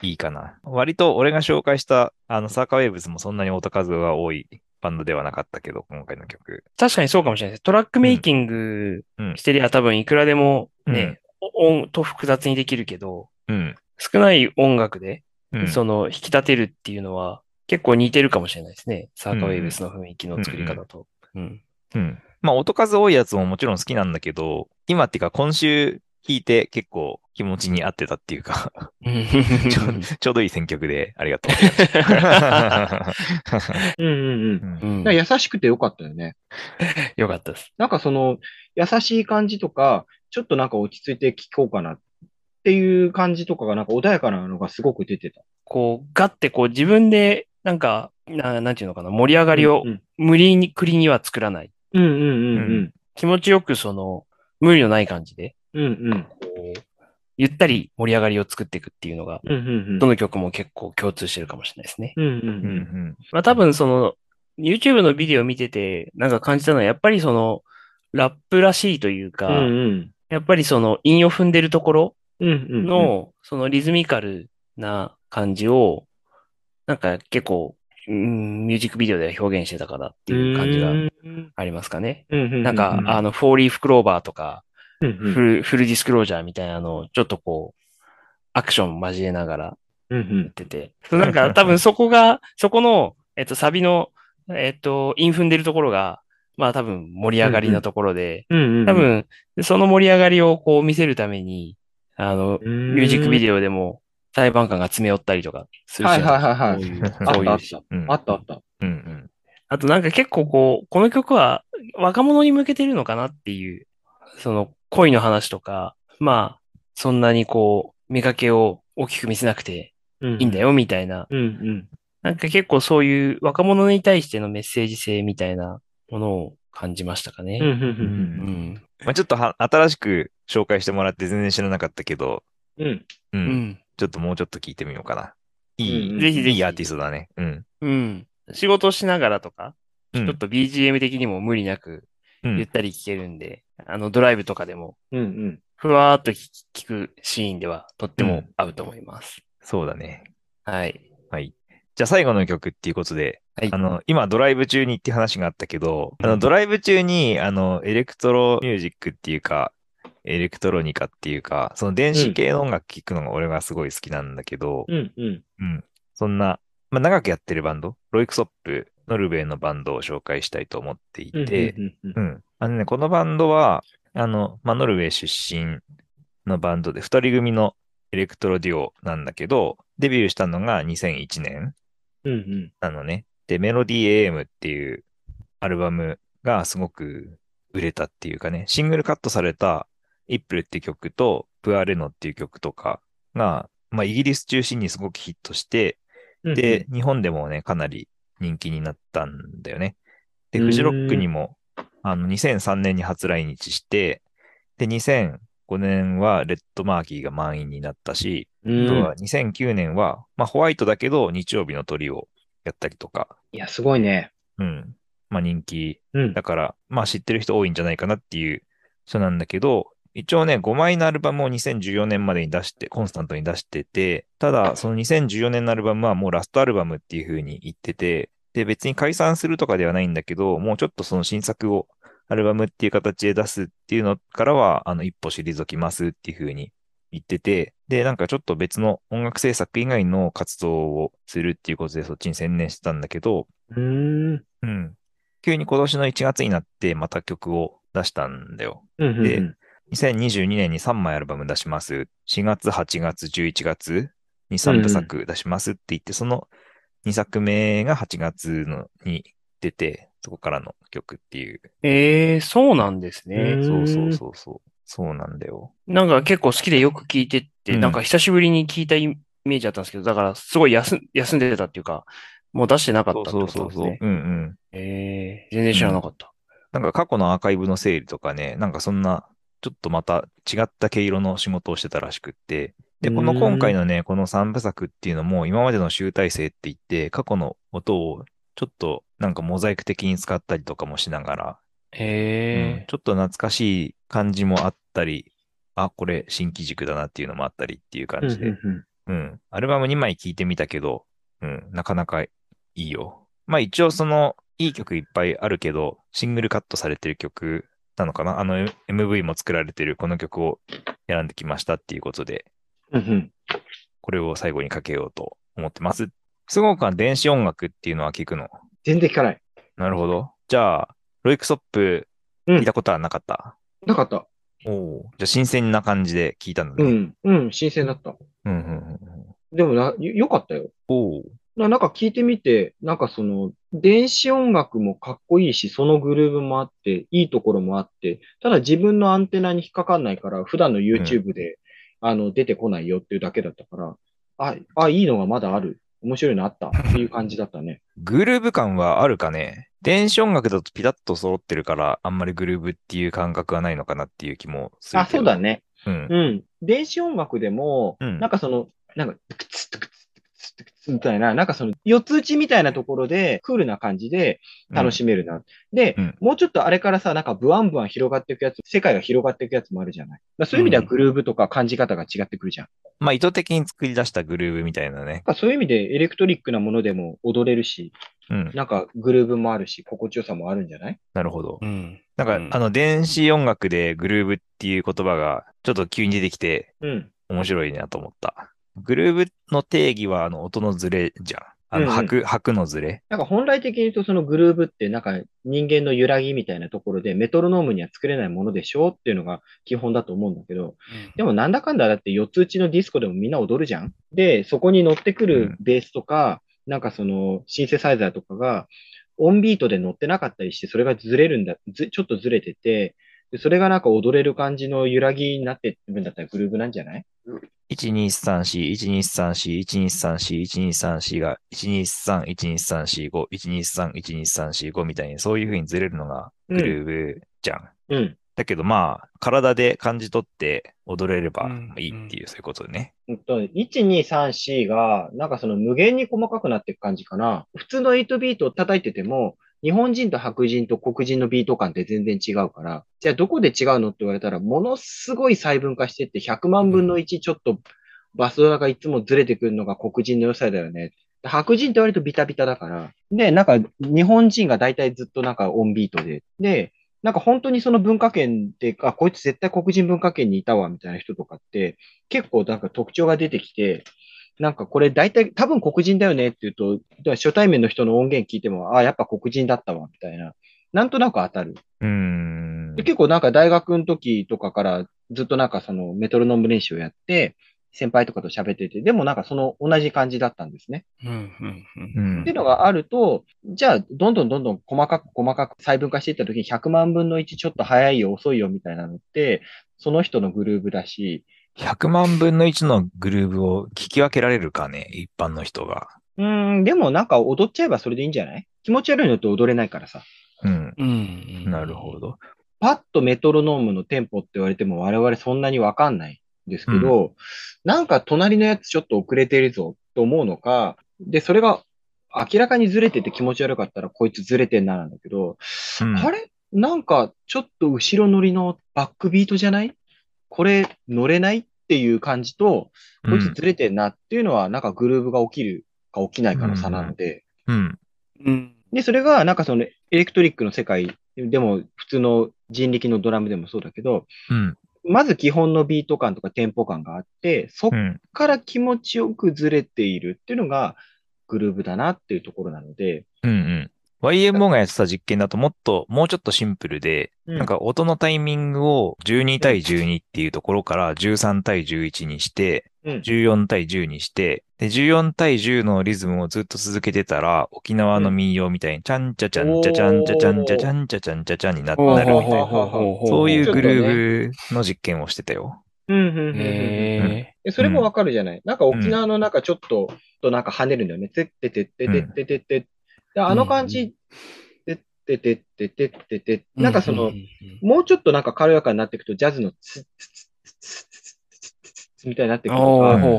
Speaker 1: いいかな。割と俺が紹介した、あの、サーカーウェーブズもそんなに音数が多いバンドではなかったけど、今回の曲。
Speaker 2: 確かにそうかもしれないです。トラックメイキング
Speaker 1: うん
Speaker 2: してりゃ多分いくらでもね、音と複雑にできるけど、
Speaker 1: うん。
Speaker 2: 少ない音楽で、
Speaker 1: うん
Speaker 2: その引き立てるっていうのは結構似てるかもしれないですね。サーカーウェイブスの雰囲気の作り方と。うん。
Speaker 1: うん。まあ、音数多いやつももちろん好きなんだけど、今っていうか今週弾いて結構気持ちに合ってたっていうか、 ちょちょうどいい選曲でありがとう。
Speaker 3: うんうんうん。
Speaker 1: うん
Speaker 2: うん
Speaker 3: だから優しくてよかったよね。
Speaker 2: よかったです。
Speaker 3: なんかその、優しい感じとか、ちょっとなんか落ち着いて聞こうかなっていう感じとかが、なんか穏やかなのがすごく出てた。
Speaker 2: こう、ガッてこう自分でなんか、ななんていうのかな、盛り上がりを
Speaker 3: うん
Speaker 2: 無理に、くりには作らない。
Speaker 3: うんうんうん
Speaker 2: 気持ちよくその、無理のない感じで、
Speaker 3: うん。うんうん。
Speaker 2: こう、ゆったり盛り上がりを作っていくっていうのが、
Speaker 3: うんうんうん
Speaker 2: ど。の曲も結構共通してるかもしれないですね。
Speaker 3: うんう
Speaker 1: うんうんん
Speaker 2: まあ多分その、YouTube のビデオを見てて、なんか感じたのは、やっぱりその、ラップらしいという
Speaker 3: う
Speaker 2: か、
Speaker 3: ん。うんうん。
Speaker 2: やっぱりその、韻を踏んでるところ
Speaker 3: うんうん。
Speaker 2: の、そのリズミカルな感じを、なんか結構、うんミュージックビデオでは表現してたかなっていう感じが
Speaker 3: うん
Speaker 2: ありますかね。
Speaker 3: うんうん。
Speaker 2: なんか
Speaker 1: う、ん
Speaker 2: あの、フォーリーフクローバーとか、
Speaker 3: うん
Speaker 2: フル、フルディスクロージャーみたいなのを、ちょっとこう、アクション交えながら
Speaker 3: うん。うん
Speaker 2: やってて。そうなんか、多分そこが、そこの、えっと、サビの、えっと、イン踏んでるところが、まあ多分盛り上がりのところで、
Speaker 3: うん。
Speaker 2: 多、分、その盛り上がりをこう見せるために、あの、ミ
Speaker 3: ミ
Speaker 2: ュージックビ
Speaker 3: デ
Speaker 2: デオでも裁判官が詰め寄ったりとかする
Speaker 3: は
Speaker 2: し、
Speaker 3: いはいはいはい
Speaker 2: こういう、
Speaker 1: あ
Speaker 2: こう
Speaker 3: あ
Speaker 2: いう
Speaker 3: っ
Speaker 2: した
Speaker 1: うん
Speaker 3: オ。あったあった。
Speaker 1: うんうん
Speaker 2: あとなんか結構こう、この曲は若者に向けてるのかなっていう、その恋の話とか、まあ、そんなにこう、見かけを大きく見せなくて
Speaker 3: うん
Speaker 2: いいんだ。よみたいな、
Speaker 3: うんうん。
Speaker 2: なんか結構そういう若者に対してのメッセージ性みたいなものを感じましたか
Speaker 3: うんう
Speaker 2: ね。
Speaker 3: ん
Speaker 1: うん
Speaker 2: うん。
Speaker 1: まあちょっとは新しく紹介してもらって全然知らなかったけど、
Speaker 3: うんうん。
Speaker 1: う
Speaker 2: うんん。
Speaker 1: ちょっともうちょっと聞いてみようかな。
Speaker 3: う
Speaker 1: い
Speaker 3: んうん
Speaker 1: い、
Speaker 2: ぜひぜひ
Speaker 1: いいアーティストだね。うん。
Speaker 2: うん。仕事をしながらとか、
Speaker 1: う
Speaker 2: ちょっ
Speaker 1: ん
Speaker 2: と BGM 的にも無理なく、
Speaker 1: うん
Speaker 2: ゆったり聴けるんで、あの、ドライブとかでも、
Speaker 3: うんうん。
Speaker 2: ふわーっと聴くシーンでは、とっても合うと思います。
Speaker 1: そうだね。
Speaker 2: はい。
Speaker 1: はい。じゃあ最後の曲っていうことで、
Speaker 2: はい
Speaker 1: あの、今ドライブ中にって話があったけど、あ
Speaker 2: うん
Speaker 1: のドライブ中に、あの、エレクトロミュージックっていうか、エレクトロニカっていうか、その電子系の音楽聴くのが俺がすごい好きなんだけど、
Speaker 3: うんうん。
Speaker 1: うん。そんな、まあ、長くやってるバンド、ロイクソップ、ノルウェーのバンドを紹介したいと思ってい
Speaker 3: うん
Speaker 1: て、
Speaker 3: うんうん
Speaker 1: うん。あのね、このバンドは、あの、まあ、ノルウェー出身のバンドで、二人組のエレクトロデュオなんだけど、デビューしたのが2001年
Speaker 3: うんうん。
Speaker 1: なのね。で、メロディー AM っていうアルバムがすごく売れたっていうかね、シングルカットされたイップルっていう曲と、プアレノっていう曲とかが、まあ、イギリス中心にすごくヒットして、で、、日本でもね、かなり人気になったんだよね。で、
Speaker 3: うーん
Speaker 1: フジロックにも、あの、2003年に初来日して、で、2005年はレッドマーキーが満員になったし、
Speaker 3: うん
Speaker 1: あとは2009年は、まあ、ホワイトだけど日曜日の鳥をやったりとか、
Speaker 3: いや、すごいね。
Speaker 1: うん。まあ、人気
Speaker 3: うん
Speaker 1: だ。から、まあ、知ってる人多いんじゃないかなっていう人なんだけど、一応ね、5枚のアルバムを2014年までに出して、コンスタントに出してて、ただ、その2014年のアルバムはもうラストアルバムっていう風に言ってて、で、別に解散するとかではないんだけど、もうちょっとその新作をアルバムっていう形で出すっていうのからは、あの、一歩退きますっていう風に言ってて、で、なんかちょっと別の音楽制作以外の活動をするっていうことでそっちに専念してたんだけど、
Speaker 3: うん。うん
Speaker 1: うん。急に今年の1月になってまた曲を出したんだよ。
Speaker 3: うんう
Speaker 1: で
Speaker 3: ん。
Speaker 1: 2022年に3枚アルバム出します。4月、8月、11月に3部作出しますって言って、その2作目が8月のに出て、そこからの曲っていう。
Speaker 2: ええそうなんですね。
Speaker 1: そうそうそうそう。そうなんだよ。
Speaker 2: なんか結構好きでよく聞いてって、
Speaker 1: うん
Speaker 2: なんか久しぶりに聞いたイメージだったんですけど、だからすごい休ん休んでたっていうか、もう出してなかった
Speaker 1: そ
Speaker 2: っ
Speaker 1: う
Speaker 2: て
Speaker 1: そ
Speaker 2: こ
Speaker 1: うそ
Speaker 2: と
Speaker 1: う
Speaker 2: なんです
Speaker 1: そう。うん
Speaker 2: ね。
Speaker 1: うん。
Speaker 2: ええ全然知らなかった。
Speaker 1: なんか過去のアーカイブの整理とかね、なんかそんな、ちょっとまた違った毛色の仕事をしてたらしくって。で、この
Speaker 3: うーん
Speaker 1: 今回のね、この三部作っていうのも、今までの集大成って言って、過去の音をちょっとなんかモザイク的に使ったりとかもしながら、うん
Speaker 2: ええ
Speaker 1: ちょっと懐かしい感じもあったり、あ、これ新機軸だなっていうのもあったりっていう
Speaker 3: う
Speaker 1: 感
Speaker 3: ん
Speaker 1: じで。うん。アルバム2枚聴いてみたけど、うん、なかなかいいよ。まあ一応その、いい曲いっぱいあるけど、シングルカットされてる曲なのかなあの M- MV も作られてるこの曲を選んできましたっていうことで、
Speaker 3: うんうん。
Speaker 1: これを最後にかけようと思ってます。すごくは電子音楽っていうのは聞くの。
Speaker 3: 全然聞かない。
Speaker 1: なるほど。じゃあ、ロイクソップ、
Speaker 3: うん
Speaker 1: 聞いたことはなかった、
Speaker 3: なかった。
Speaker 1: おおーじゃあ新鮮な感じで聞いたんだ
Speaker 3: う
Speaker 1: ね。
Speaker 3: ん。うん、新鮮だった。
Speaker 1: うん、うん、うん。
Speaker 3: でもな、よよかったよ。
Speaker 1: おお
Speaker 3: ななんか聞いてみて、なんかその、電子音楽もかっこいいし、そのグルーヴもあって、いいところもあって、ただ自分のアンテナに引っかかんないから、普段の YouTube で、あの、出てこないよっていうだけだったから、あ、あ、いいのがまだある。面白いのあったっていう感じだったね。
Speaker 1: グルーヴ感はあるかね電子音楽だとピタッと揃ってるから、あんまりグルーヴっていう感覚はないのかなっていう気もする
Speaker 3: あ、
Speaker 1: け
Speaker 3: そう
Speaker 1: ど。
Speaker 3: だね。
Speaker 1: うん。
Speaker 3: うん。電子音楽でも、
Speaker 1: うん
Speaker 3: なんかその、なんか、トゥクツトゥクツトゥクツトゥクツみたいな、なんかその、四つ打ちみたいなところで、クールな感じで楽しめるな。で、
Speaker 1: うん
Speaker 3: もうちょっとあれからさ、なんかブワンブワン広がっていくやつ、世界が広がっていくやつもあるじゃない。だからそういう意味では
Speaker 1: うん
Speaker 3: グルーヴとか感じ方が違ってくるじゃん。
Speaker 1: まあ意図的に作り出したグルーヴみたいなね。
Speaker 3: なんかそういう意味でエレクトリックなものでも踊れるし、
Speaker 1: うん。
Speaker 3: なんかグルーヴもあるし、心地よさもあるんじゃない
Speaker 1: なるほど
Speaker 2: う。ん。
Speaker 1: なんか、
Speaker 2: うん
Speaker 1: あの、電子音楽でグルーヴっていう言葉がちょっと急に出てきて
Speaker 3: うん。
Speaker 1: 面白いなと思った。グルーヴの定義はあの音のズレじゃん。あ
Speaker 3: うん
Speaker 1: の、
Speaker 3: うん
Speaker 1: 拍、拍のズレ。
Speaker 3: なんか本来的に言うとそのグルーヴってなんか人間の揺らぎみたいなところでメトロノームには作れないものでしょうっていうのが基本だと思うんだけど、でもなんだかんだだって四つ打ちのディスコでもみんな踊るじゃんで、そこに乗ってくるベースとか、なんかそのシンセサイザーとかがオンビートで乗ってなかったりして、それがずれるんだ、ずちょっとずれてて、でそれがなんか踊れる感じの揺らぎになってるんだったらグルーヴなんじゃない
Speaker 1: 1234,1234,1234,1234が123,1234,5,123,1234,5みたいにそういう風にずれるのがグルーヴじゃん。
Speaker 3: うん。
Speaker 1: だけどまあ、体で感じ取って踊れれば
Speaker 2: うん
Speaker 1: いいっていう、そういうことね。
Speaker 3: うんと、1、2、3、4が、なんかその無限に細かくなっていく感じかな。普通の8ビートを叩いてても、日本人と白人と黒人のビート感って全然違うから、じゃあどこで違うのって言われたら、ものすごい細分化してって、100万分の1ちょっとバスドラがいつもずれてくるのが黒人の良さだよね。白人って割とビタビタだから。で、なんか日本人が大体ずっとなんかオンビートで。で、なんか本当にその文化圏で、あ、こいつ絶対黒人文化圏にいたわ、みたいな人とかって、結構なんか特徴が出てきて、なんかこれ大体多分黒人だよねって言うと、だから初対面の人の音源聞いても、ああ、やっぱ黒人だったわ、みたいななんとなく当たる。
Speaker 1: うーん
Speaker 3: で。結構なんか大学の時とかからずっとなんかそのメトロノーム練習をやって、先輩とかと喋ってて、でもなんかその同じ感じだったんですね。
Speaker 2: うん
Speaker 1: う
Speaker 2: うん
Speaker 3: っ
Speaker 1: ん
Speaker 3: てい。うのがあると、じゃあ、どんどんどんどん細かく細かく細分化していった時に100万分の1ちょっと早いよ、遅いよみたいなのって、その人のグルーブだし、
Speaker 1: 100万分の1のグルーブを聞き分けられるかね、一般の人が。
Speaker 3: うーん、でもなんか踊っちゃえばそれでいいんじゃない気持ち悪いのと踊れないからさ。
Speaker 1: うん。
Speaker 2: うんうん
Speaker 1: なるほど。
Speaker 3: パッとメトロノームのテンポって言われても我々そんなにわかんないんですけど、なんか隣のやつちょっと遅れてるぞと思うのか、で、それが明らかにずれてて気持ち悪かったらこいつずれてんななんだけど、
Speaker 1: うん
Speaker 3: あれなんかちょっと後ろ乗りのバックビートじゃないこれ乗れないっていう感じと、こいつずれてんなっていうのはなんかグルーブが起きるか起きないかの差なので、
Speaker 1: うん。
Speaker 2: うん。
Speaker 3: で、それが、なんかその、エレクトリックの世界でも、普通の人力のドラムでもそうだけど、
Speaker 1: うん。
Speaker 3: まず基本のビート感とかテンポ感があって、そっ
Speaker 1: うん。
Speaker 3: から気持ちよくずれているっていうのが、グルーブだなっていうところなので、
Speaker 1: うん。うん。YMO がやってた実験だともっと、もうちょっとシンプルで、
Speaker 3: うん
Speaker 1: なんか音のタイミングを12対12っていうところから13対11にして、
Speaker 3: うん
Speaker 1: 14対10にして、で、14対10のリズムをずっと続けてたら、沖縄の民謡みたいに、ちゃんちゃちゃんちゃちゃんちゃちゃんちゃちゃんちゃちゃんちゃちゃんにな
Speaker 2: ほう
Speaker 1: なるみたい
Speaker 2: ほう
Speaker 1: な。
Speaker 2: ほうほほ
Speaker 1: そういうグルーブの実験をしてたよ。
Speaker 3: うん、うん、うんうん。
Speaker 2: へ
Speaker 3: でそれもわかるじゃないなんか沖縄のなんかちょっと、となんか跳ねるんだよね。てってってってってってってって。であの感じ、てってってってってってって。
Speaker 2: ー
Speaker 3: なんかその
Speaker 2: う、ん
Speaker 3: もうちょっとなんか軽やかになっていくと、ジャズのツッツッツッツッツッツッツッツッみたいになっていく
Speaker 2: あ
Speaker 3: と
Speaker 2: ーほう
Speaker 3: か、
Speaker 2: ほう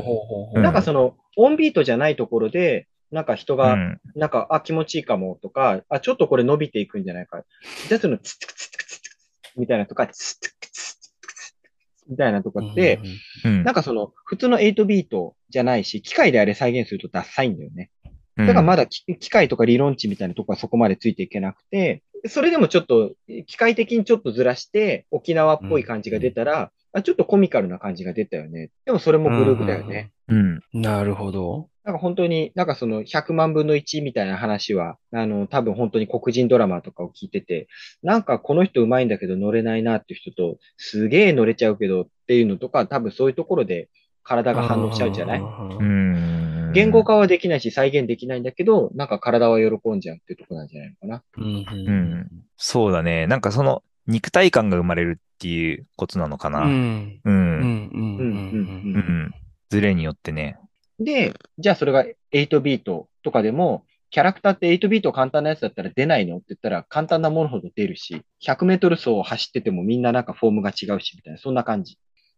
Speaker 2: ほうほう。
Speaker 3: なんかその、オンビートじゃないところで、なんか人
Speaker 1: う
Speaker 3: が、
Speaker 1: ん。
Speaker 3: なんか、あ、気持ちいいかもとか、あ、ちょっとこれ伸びていくんじゃないか。ジャズのツッツクツッツクツッツクみたいなとか、ツッツクツッツクツッみたいなとかって、
Speaker 1: うん
Speaker 3: なんかその、普通の8ビートじゃないし、機械であれ再現するとダサいんだよね。
Speaker 1: だ
Speaker 3: だからまだき機械とか理論値みたいなとこはそこまでついていけなくて、それでもちょっと、機械的にちょっとずらして、沖縄っぽい感じが出たら、あちょっとコミカルな感じが出たよね。でもそれもグループだよね。
Speaker 1: うん。
Speaker 2: うん。なるほど。
Speaker 3: なんか本当に、なんかその100万分の1みたいな話は、あの、多分本当に黒人ドラマとかを聞いてて、なんかこの人上手いんだけど乗れないなっていう人と、すげえ乗れちゃうけどっていうのとか、多分そういうところで体が反応しちゃうんじゃない
Speaker 1: うん。
Speaker 3: 言語化はできないし再現できないんだけど、なんか体は喜んじゃうっていうとこなんじゃないのかな。
Speaker 2: うんう
Speaker 1: うんん。そうだね。なんかその肉体感が生まれるっていうことなのか
Speaker 2: う
Speaker 1: な。うん。
Speaker 2: ん。
Speaker 1: う。
Speaker 2: うんんうんう
Speaker 3: うん
Speaker 2: ん
Speaker 1: う
Speaker 3: うん
Speaker 1: ん。ズレによってね。
Speaker 3: で、じゃあそれが8ビートとかでも、キャラクターって8ビート簡単なやつだったら出ないのって言ったら簡単なものほど出るし、100メートル走を走っててもみんななんかフォームが違うしみたいな、そんな感じ。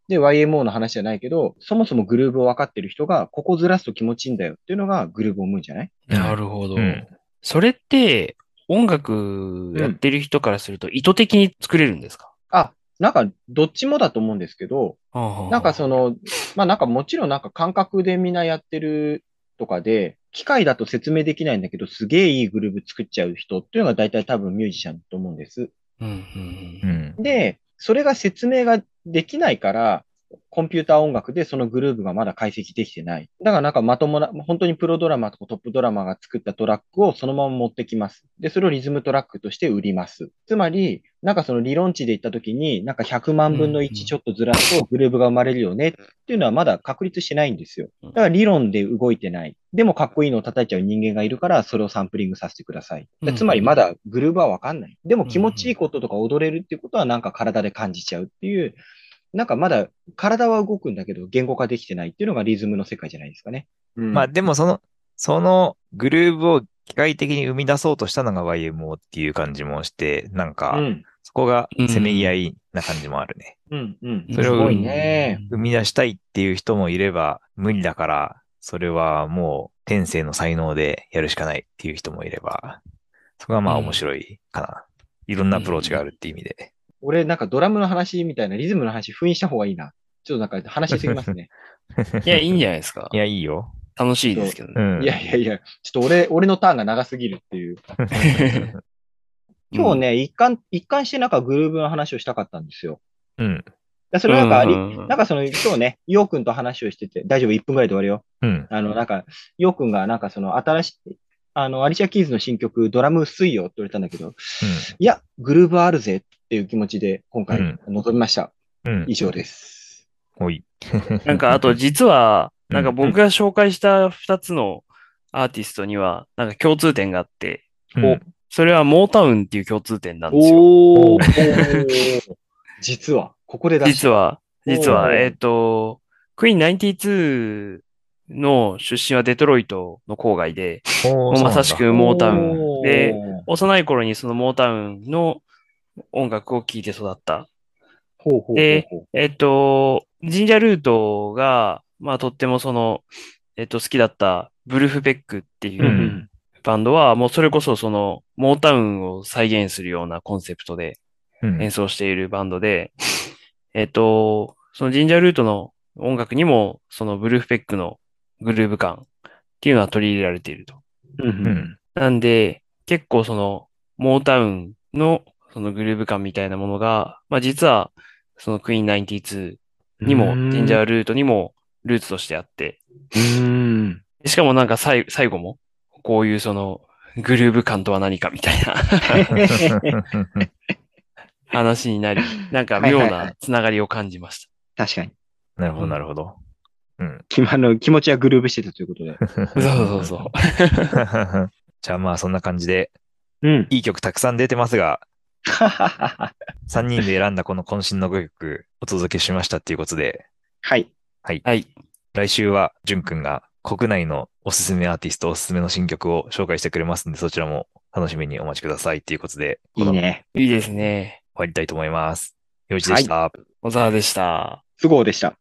Speaker 3: で、YMO の話じゃないけど、そもそもグルーブを分かってる人が、ここずらすと気持ちいいんだよっていうのがグルーブを生むんじゃない
Speaker 2: うん。なるほど
Speaker 1: うん。
Speaker 2: それって、音楽やってる人からすると意図的に作れるんですか
Speaker 3: あ、なんかどっちもだと思うんですけど、なんかその、まあなんかもちろんなんか感覚でみんなやってるとかで、機械だと説明できないんだけど、すげえいいグルーブ作っちゃう人っていうのが大体多分ミュージシャンだと思うんです。
Speaker 2: うんうんう。
Speaker 1: うんん。
Speaker 3: で、それが説明ができないから、コンピューター音楽でそのグルーブがまだ解析できてない。だからなんかまともな、本当にプロドラマーとかトップドラマーが作ったトラックをそのまま持ってきます。で、それをリズムトラックとして売ります。つまり、なんかその理論値で言った時に、なんか100万分の
Speaker 2: うんうん
Speaker 3: 1ちょっとずらすとグルーブが生まれるよねっていうのはまだ確立してないんですよ。だから理論で動いてない。でもかっこいいのを叩いちゃう人間がいるから、それをサンプリングさせてください。
Speaker 2: うん
Speaker 3: つまりまだグルーブはわかんない。でも気持ちいいこととか踊れるっていうことはなんか体で感じちゃうっていう、なんかまだ体は動くんだけど言語化できてないっていうのがリズムの世界じゃないですかね。
Speaker 1: まあでもその、そのグルーブを機械的に生み出そうとしたのが YMO っていう感じもして、なん
Speaker 3: う
Speaker 1: か、
Speaker 3: ん。
Speaker 1: そこがせめぎ合いな感じもあるね。
Speaker 3: うん。うん。
Speaker 1: それを
Speaker 3: すごいね。
Speaker 1: 生み出したいっていう人もいれば、無理だから、それはもう天性の才能でやるしかないっていう人もいれば、そこがまあ
Speaker 2: うん
Speaker 1: 面白いかな。いろんなアプローチがあるって意味で。
Speaker 3: 俺なんかドラムの話みたいなリズムの話封印した方がいいな。ちょっとなんか話しすぎますね。
Speaker 2: いや、いいんじゃないですか
Speaker 1: い。や、いいよ。
Speaker 2: 楽しいですけど
Speaker 1: う
Speaker 2: ね。
Speaker 1: ん。
Speaker 3: いやいやいや、ちょっと俺、俺のターンが長すぎるっていう。 今日ね、一貫、一貫してなんかグルーブの話をしたかったんですよ。
Speaker 1: うん。
Speaker 3: だそ
Speaker 2: うん、
Speaker 3: れなんかあり、
Speaker 2: うんうん
Speaker 3: なんかその、今日ね、ヨウくんと話をしてて、大丈夫、1分ぐらいで終わるよ。
Speaker 1: うん。
Speaker 3: あの、なんか、ヨウくんがなんかその、新しい、あの、アリシャ・キーズの新曲、ドラム水曜って言われたんだけど、いや、グルーブあるぜっていう気持ちで今
Speaker 1: う
Speaker 3: 回
Speaker 1: ん
Speaker 3: 臨みました。
Speaker 1: うん。
Speaker 3: 以上です。
Speaker 1: ほい。
Speaker 2: なんか、あと実は、なんか僕が紹介した2つのアーティストには、なんか共通点があって、
Speaker 1: うん、
Speaker 2: おそれはモータウンっていう共通点なんですよ。
Speaker 3: お
Speaker 1: お
Speaker 3: ー。実は、ここで出した。
Speaker 2: 実は、実
Speaker 3: お
Speaker 2: は、
Speaker 3: ー
Speaker 2: えっと、クイーン92の出身はデトロイトの郊外で、
Speaker 1: おー
Speaker 2: まさしく
Speaker 1: そうなんだ
Speaker 2: モータウンで
Speaker 3: おー、
Speaker 2: 幼い頃にそのモータウンの音楽を聴いて育った。
Speaker 3: ほうほうほうほう
Speaker 2: でえっと、ジンジャールートが、まあとってもその、えっと、好きだったブルフペックっていううんバンドは、もうそれこそその、モータウンを再現するようなコンセプトで
Speaker 1: うん
Speaker 2: 演奏しているバンドで、えっと、そのジンジャールートの音楽にも、そのブルーフペックのグルーヴ感っていうのは取り入れられていると。
Speaker 3: うん
Speaker 1: うん
Speaker 2: なんで、結構その、モータウンのそのグルーヴ感みたいなものが、まあ実は、そのクイーン92にも、ジンジャールートにもルーツとしてあって、
Speaker 3: うん。
Speaker 2: しかもなんか最最後も、こういうその、グルーヴ感とは何かみたいな 話になり、なんか妙
Speaker 3: はいはいは
Speaker 2: なつながりを感じまし
Speaker 3: 確かに。
Speaker 1: なるほど、なるほど。 うん。
Speaker 3: きあの気持ちはグルーブしてたということで。
Speaker 2: た。 そうそうそう。
Speaker 1: じゃあまあそんな感じで、
Speaker 3: うん。
Speaker 1: いい曲たくさん出てますが、
Speaker 3: は
Speaker 1: 3人で選んだこの渾身の5曲お届けしましたっていうことで、
Speaker 3: い。
Speaker 2: はい。
Speaker 1: 来週はじゅんくんが国内のおすすめアーティスト、おすすめの新曲を紹介してくれますんで、そちらも楽しみにお待ちくださいっていうことで、
Speaker 3: いいね。
Speaker 2: いいですね。
Speaker 1: 終わりたいと思います。よいちでした。
Speaker 2: 小沢でした。
Speaker 3: 都合でした。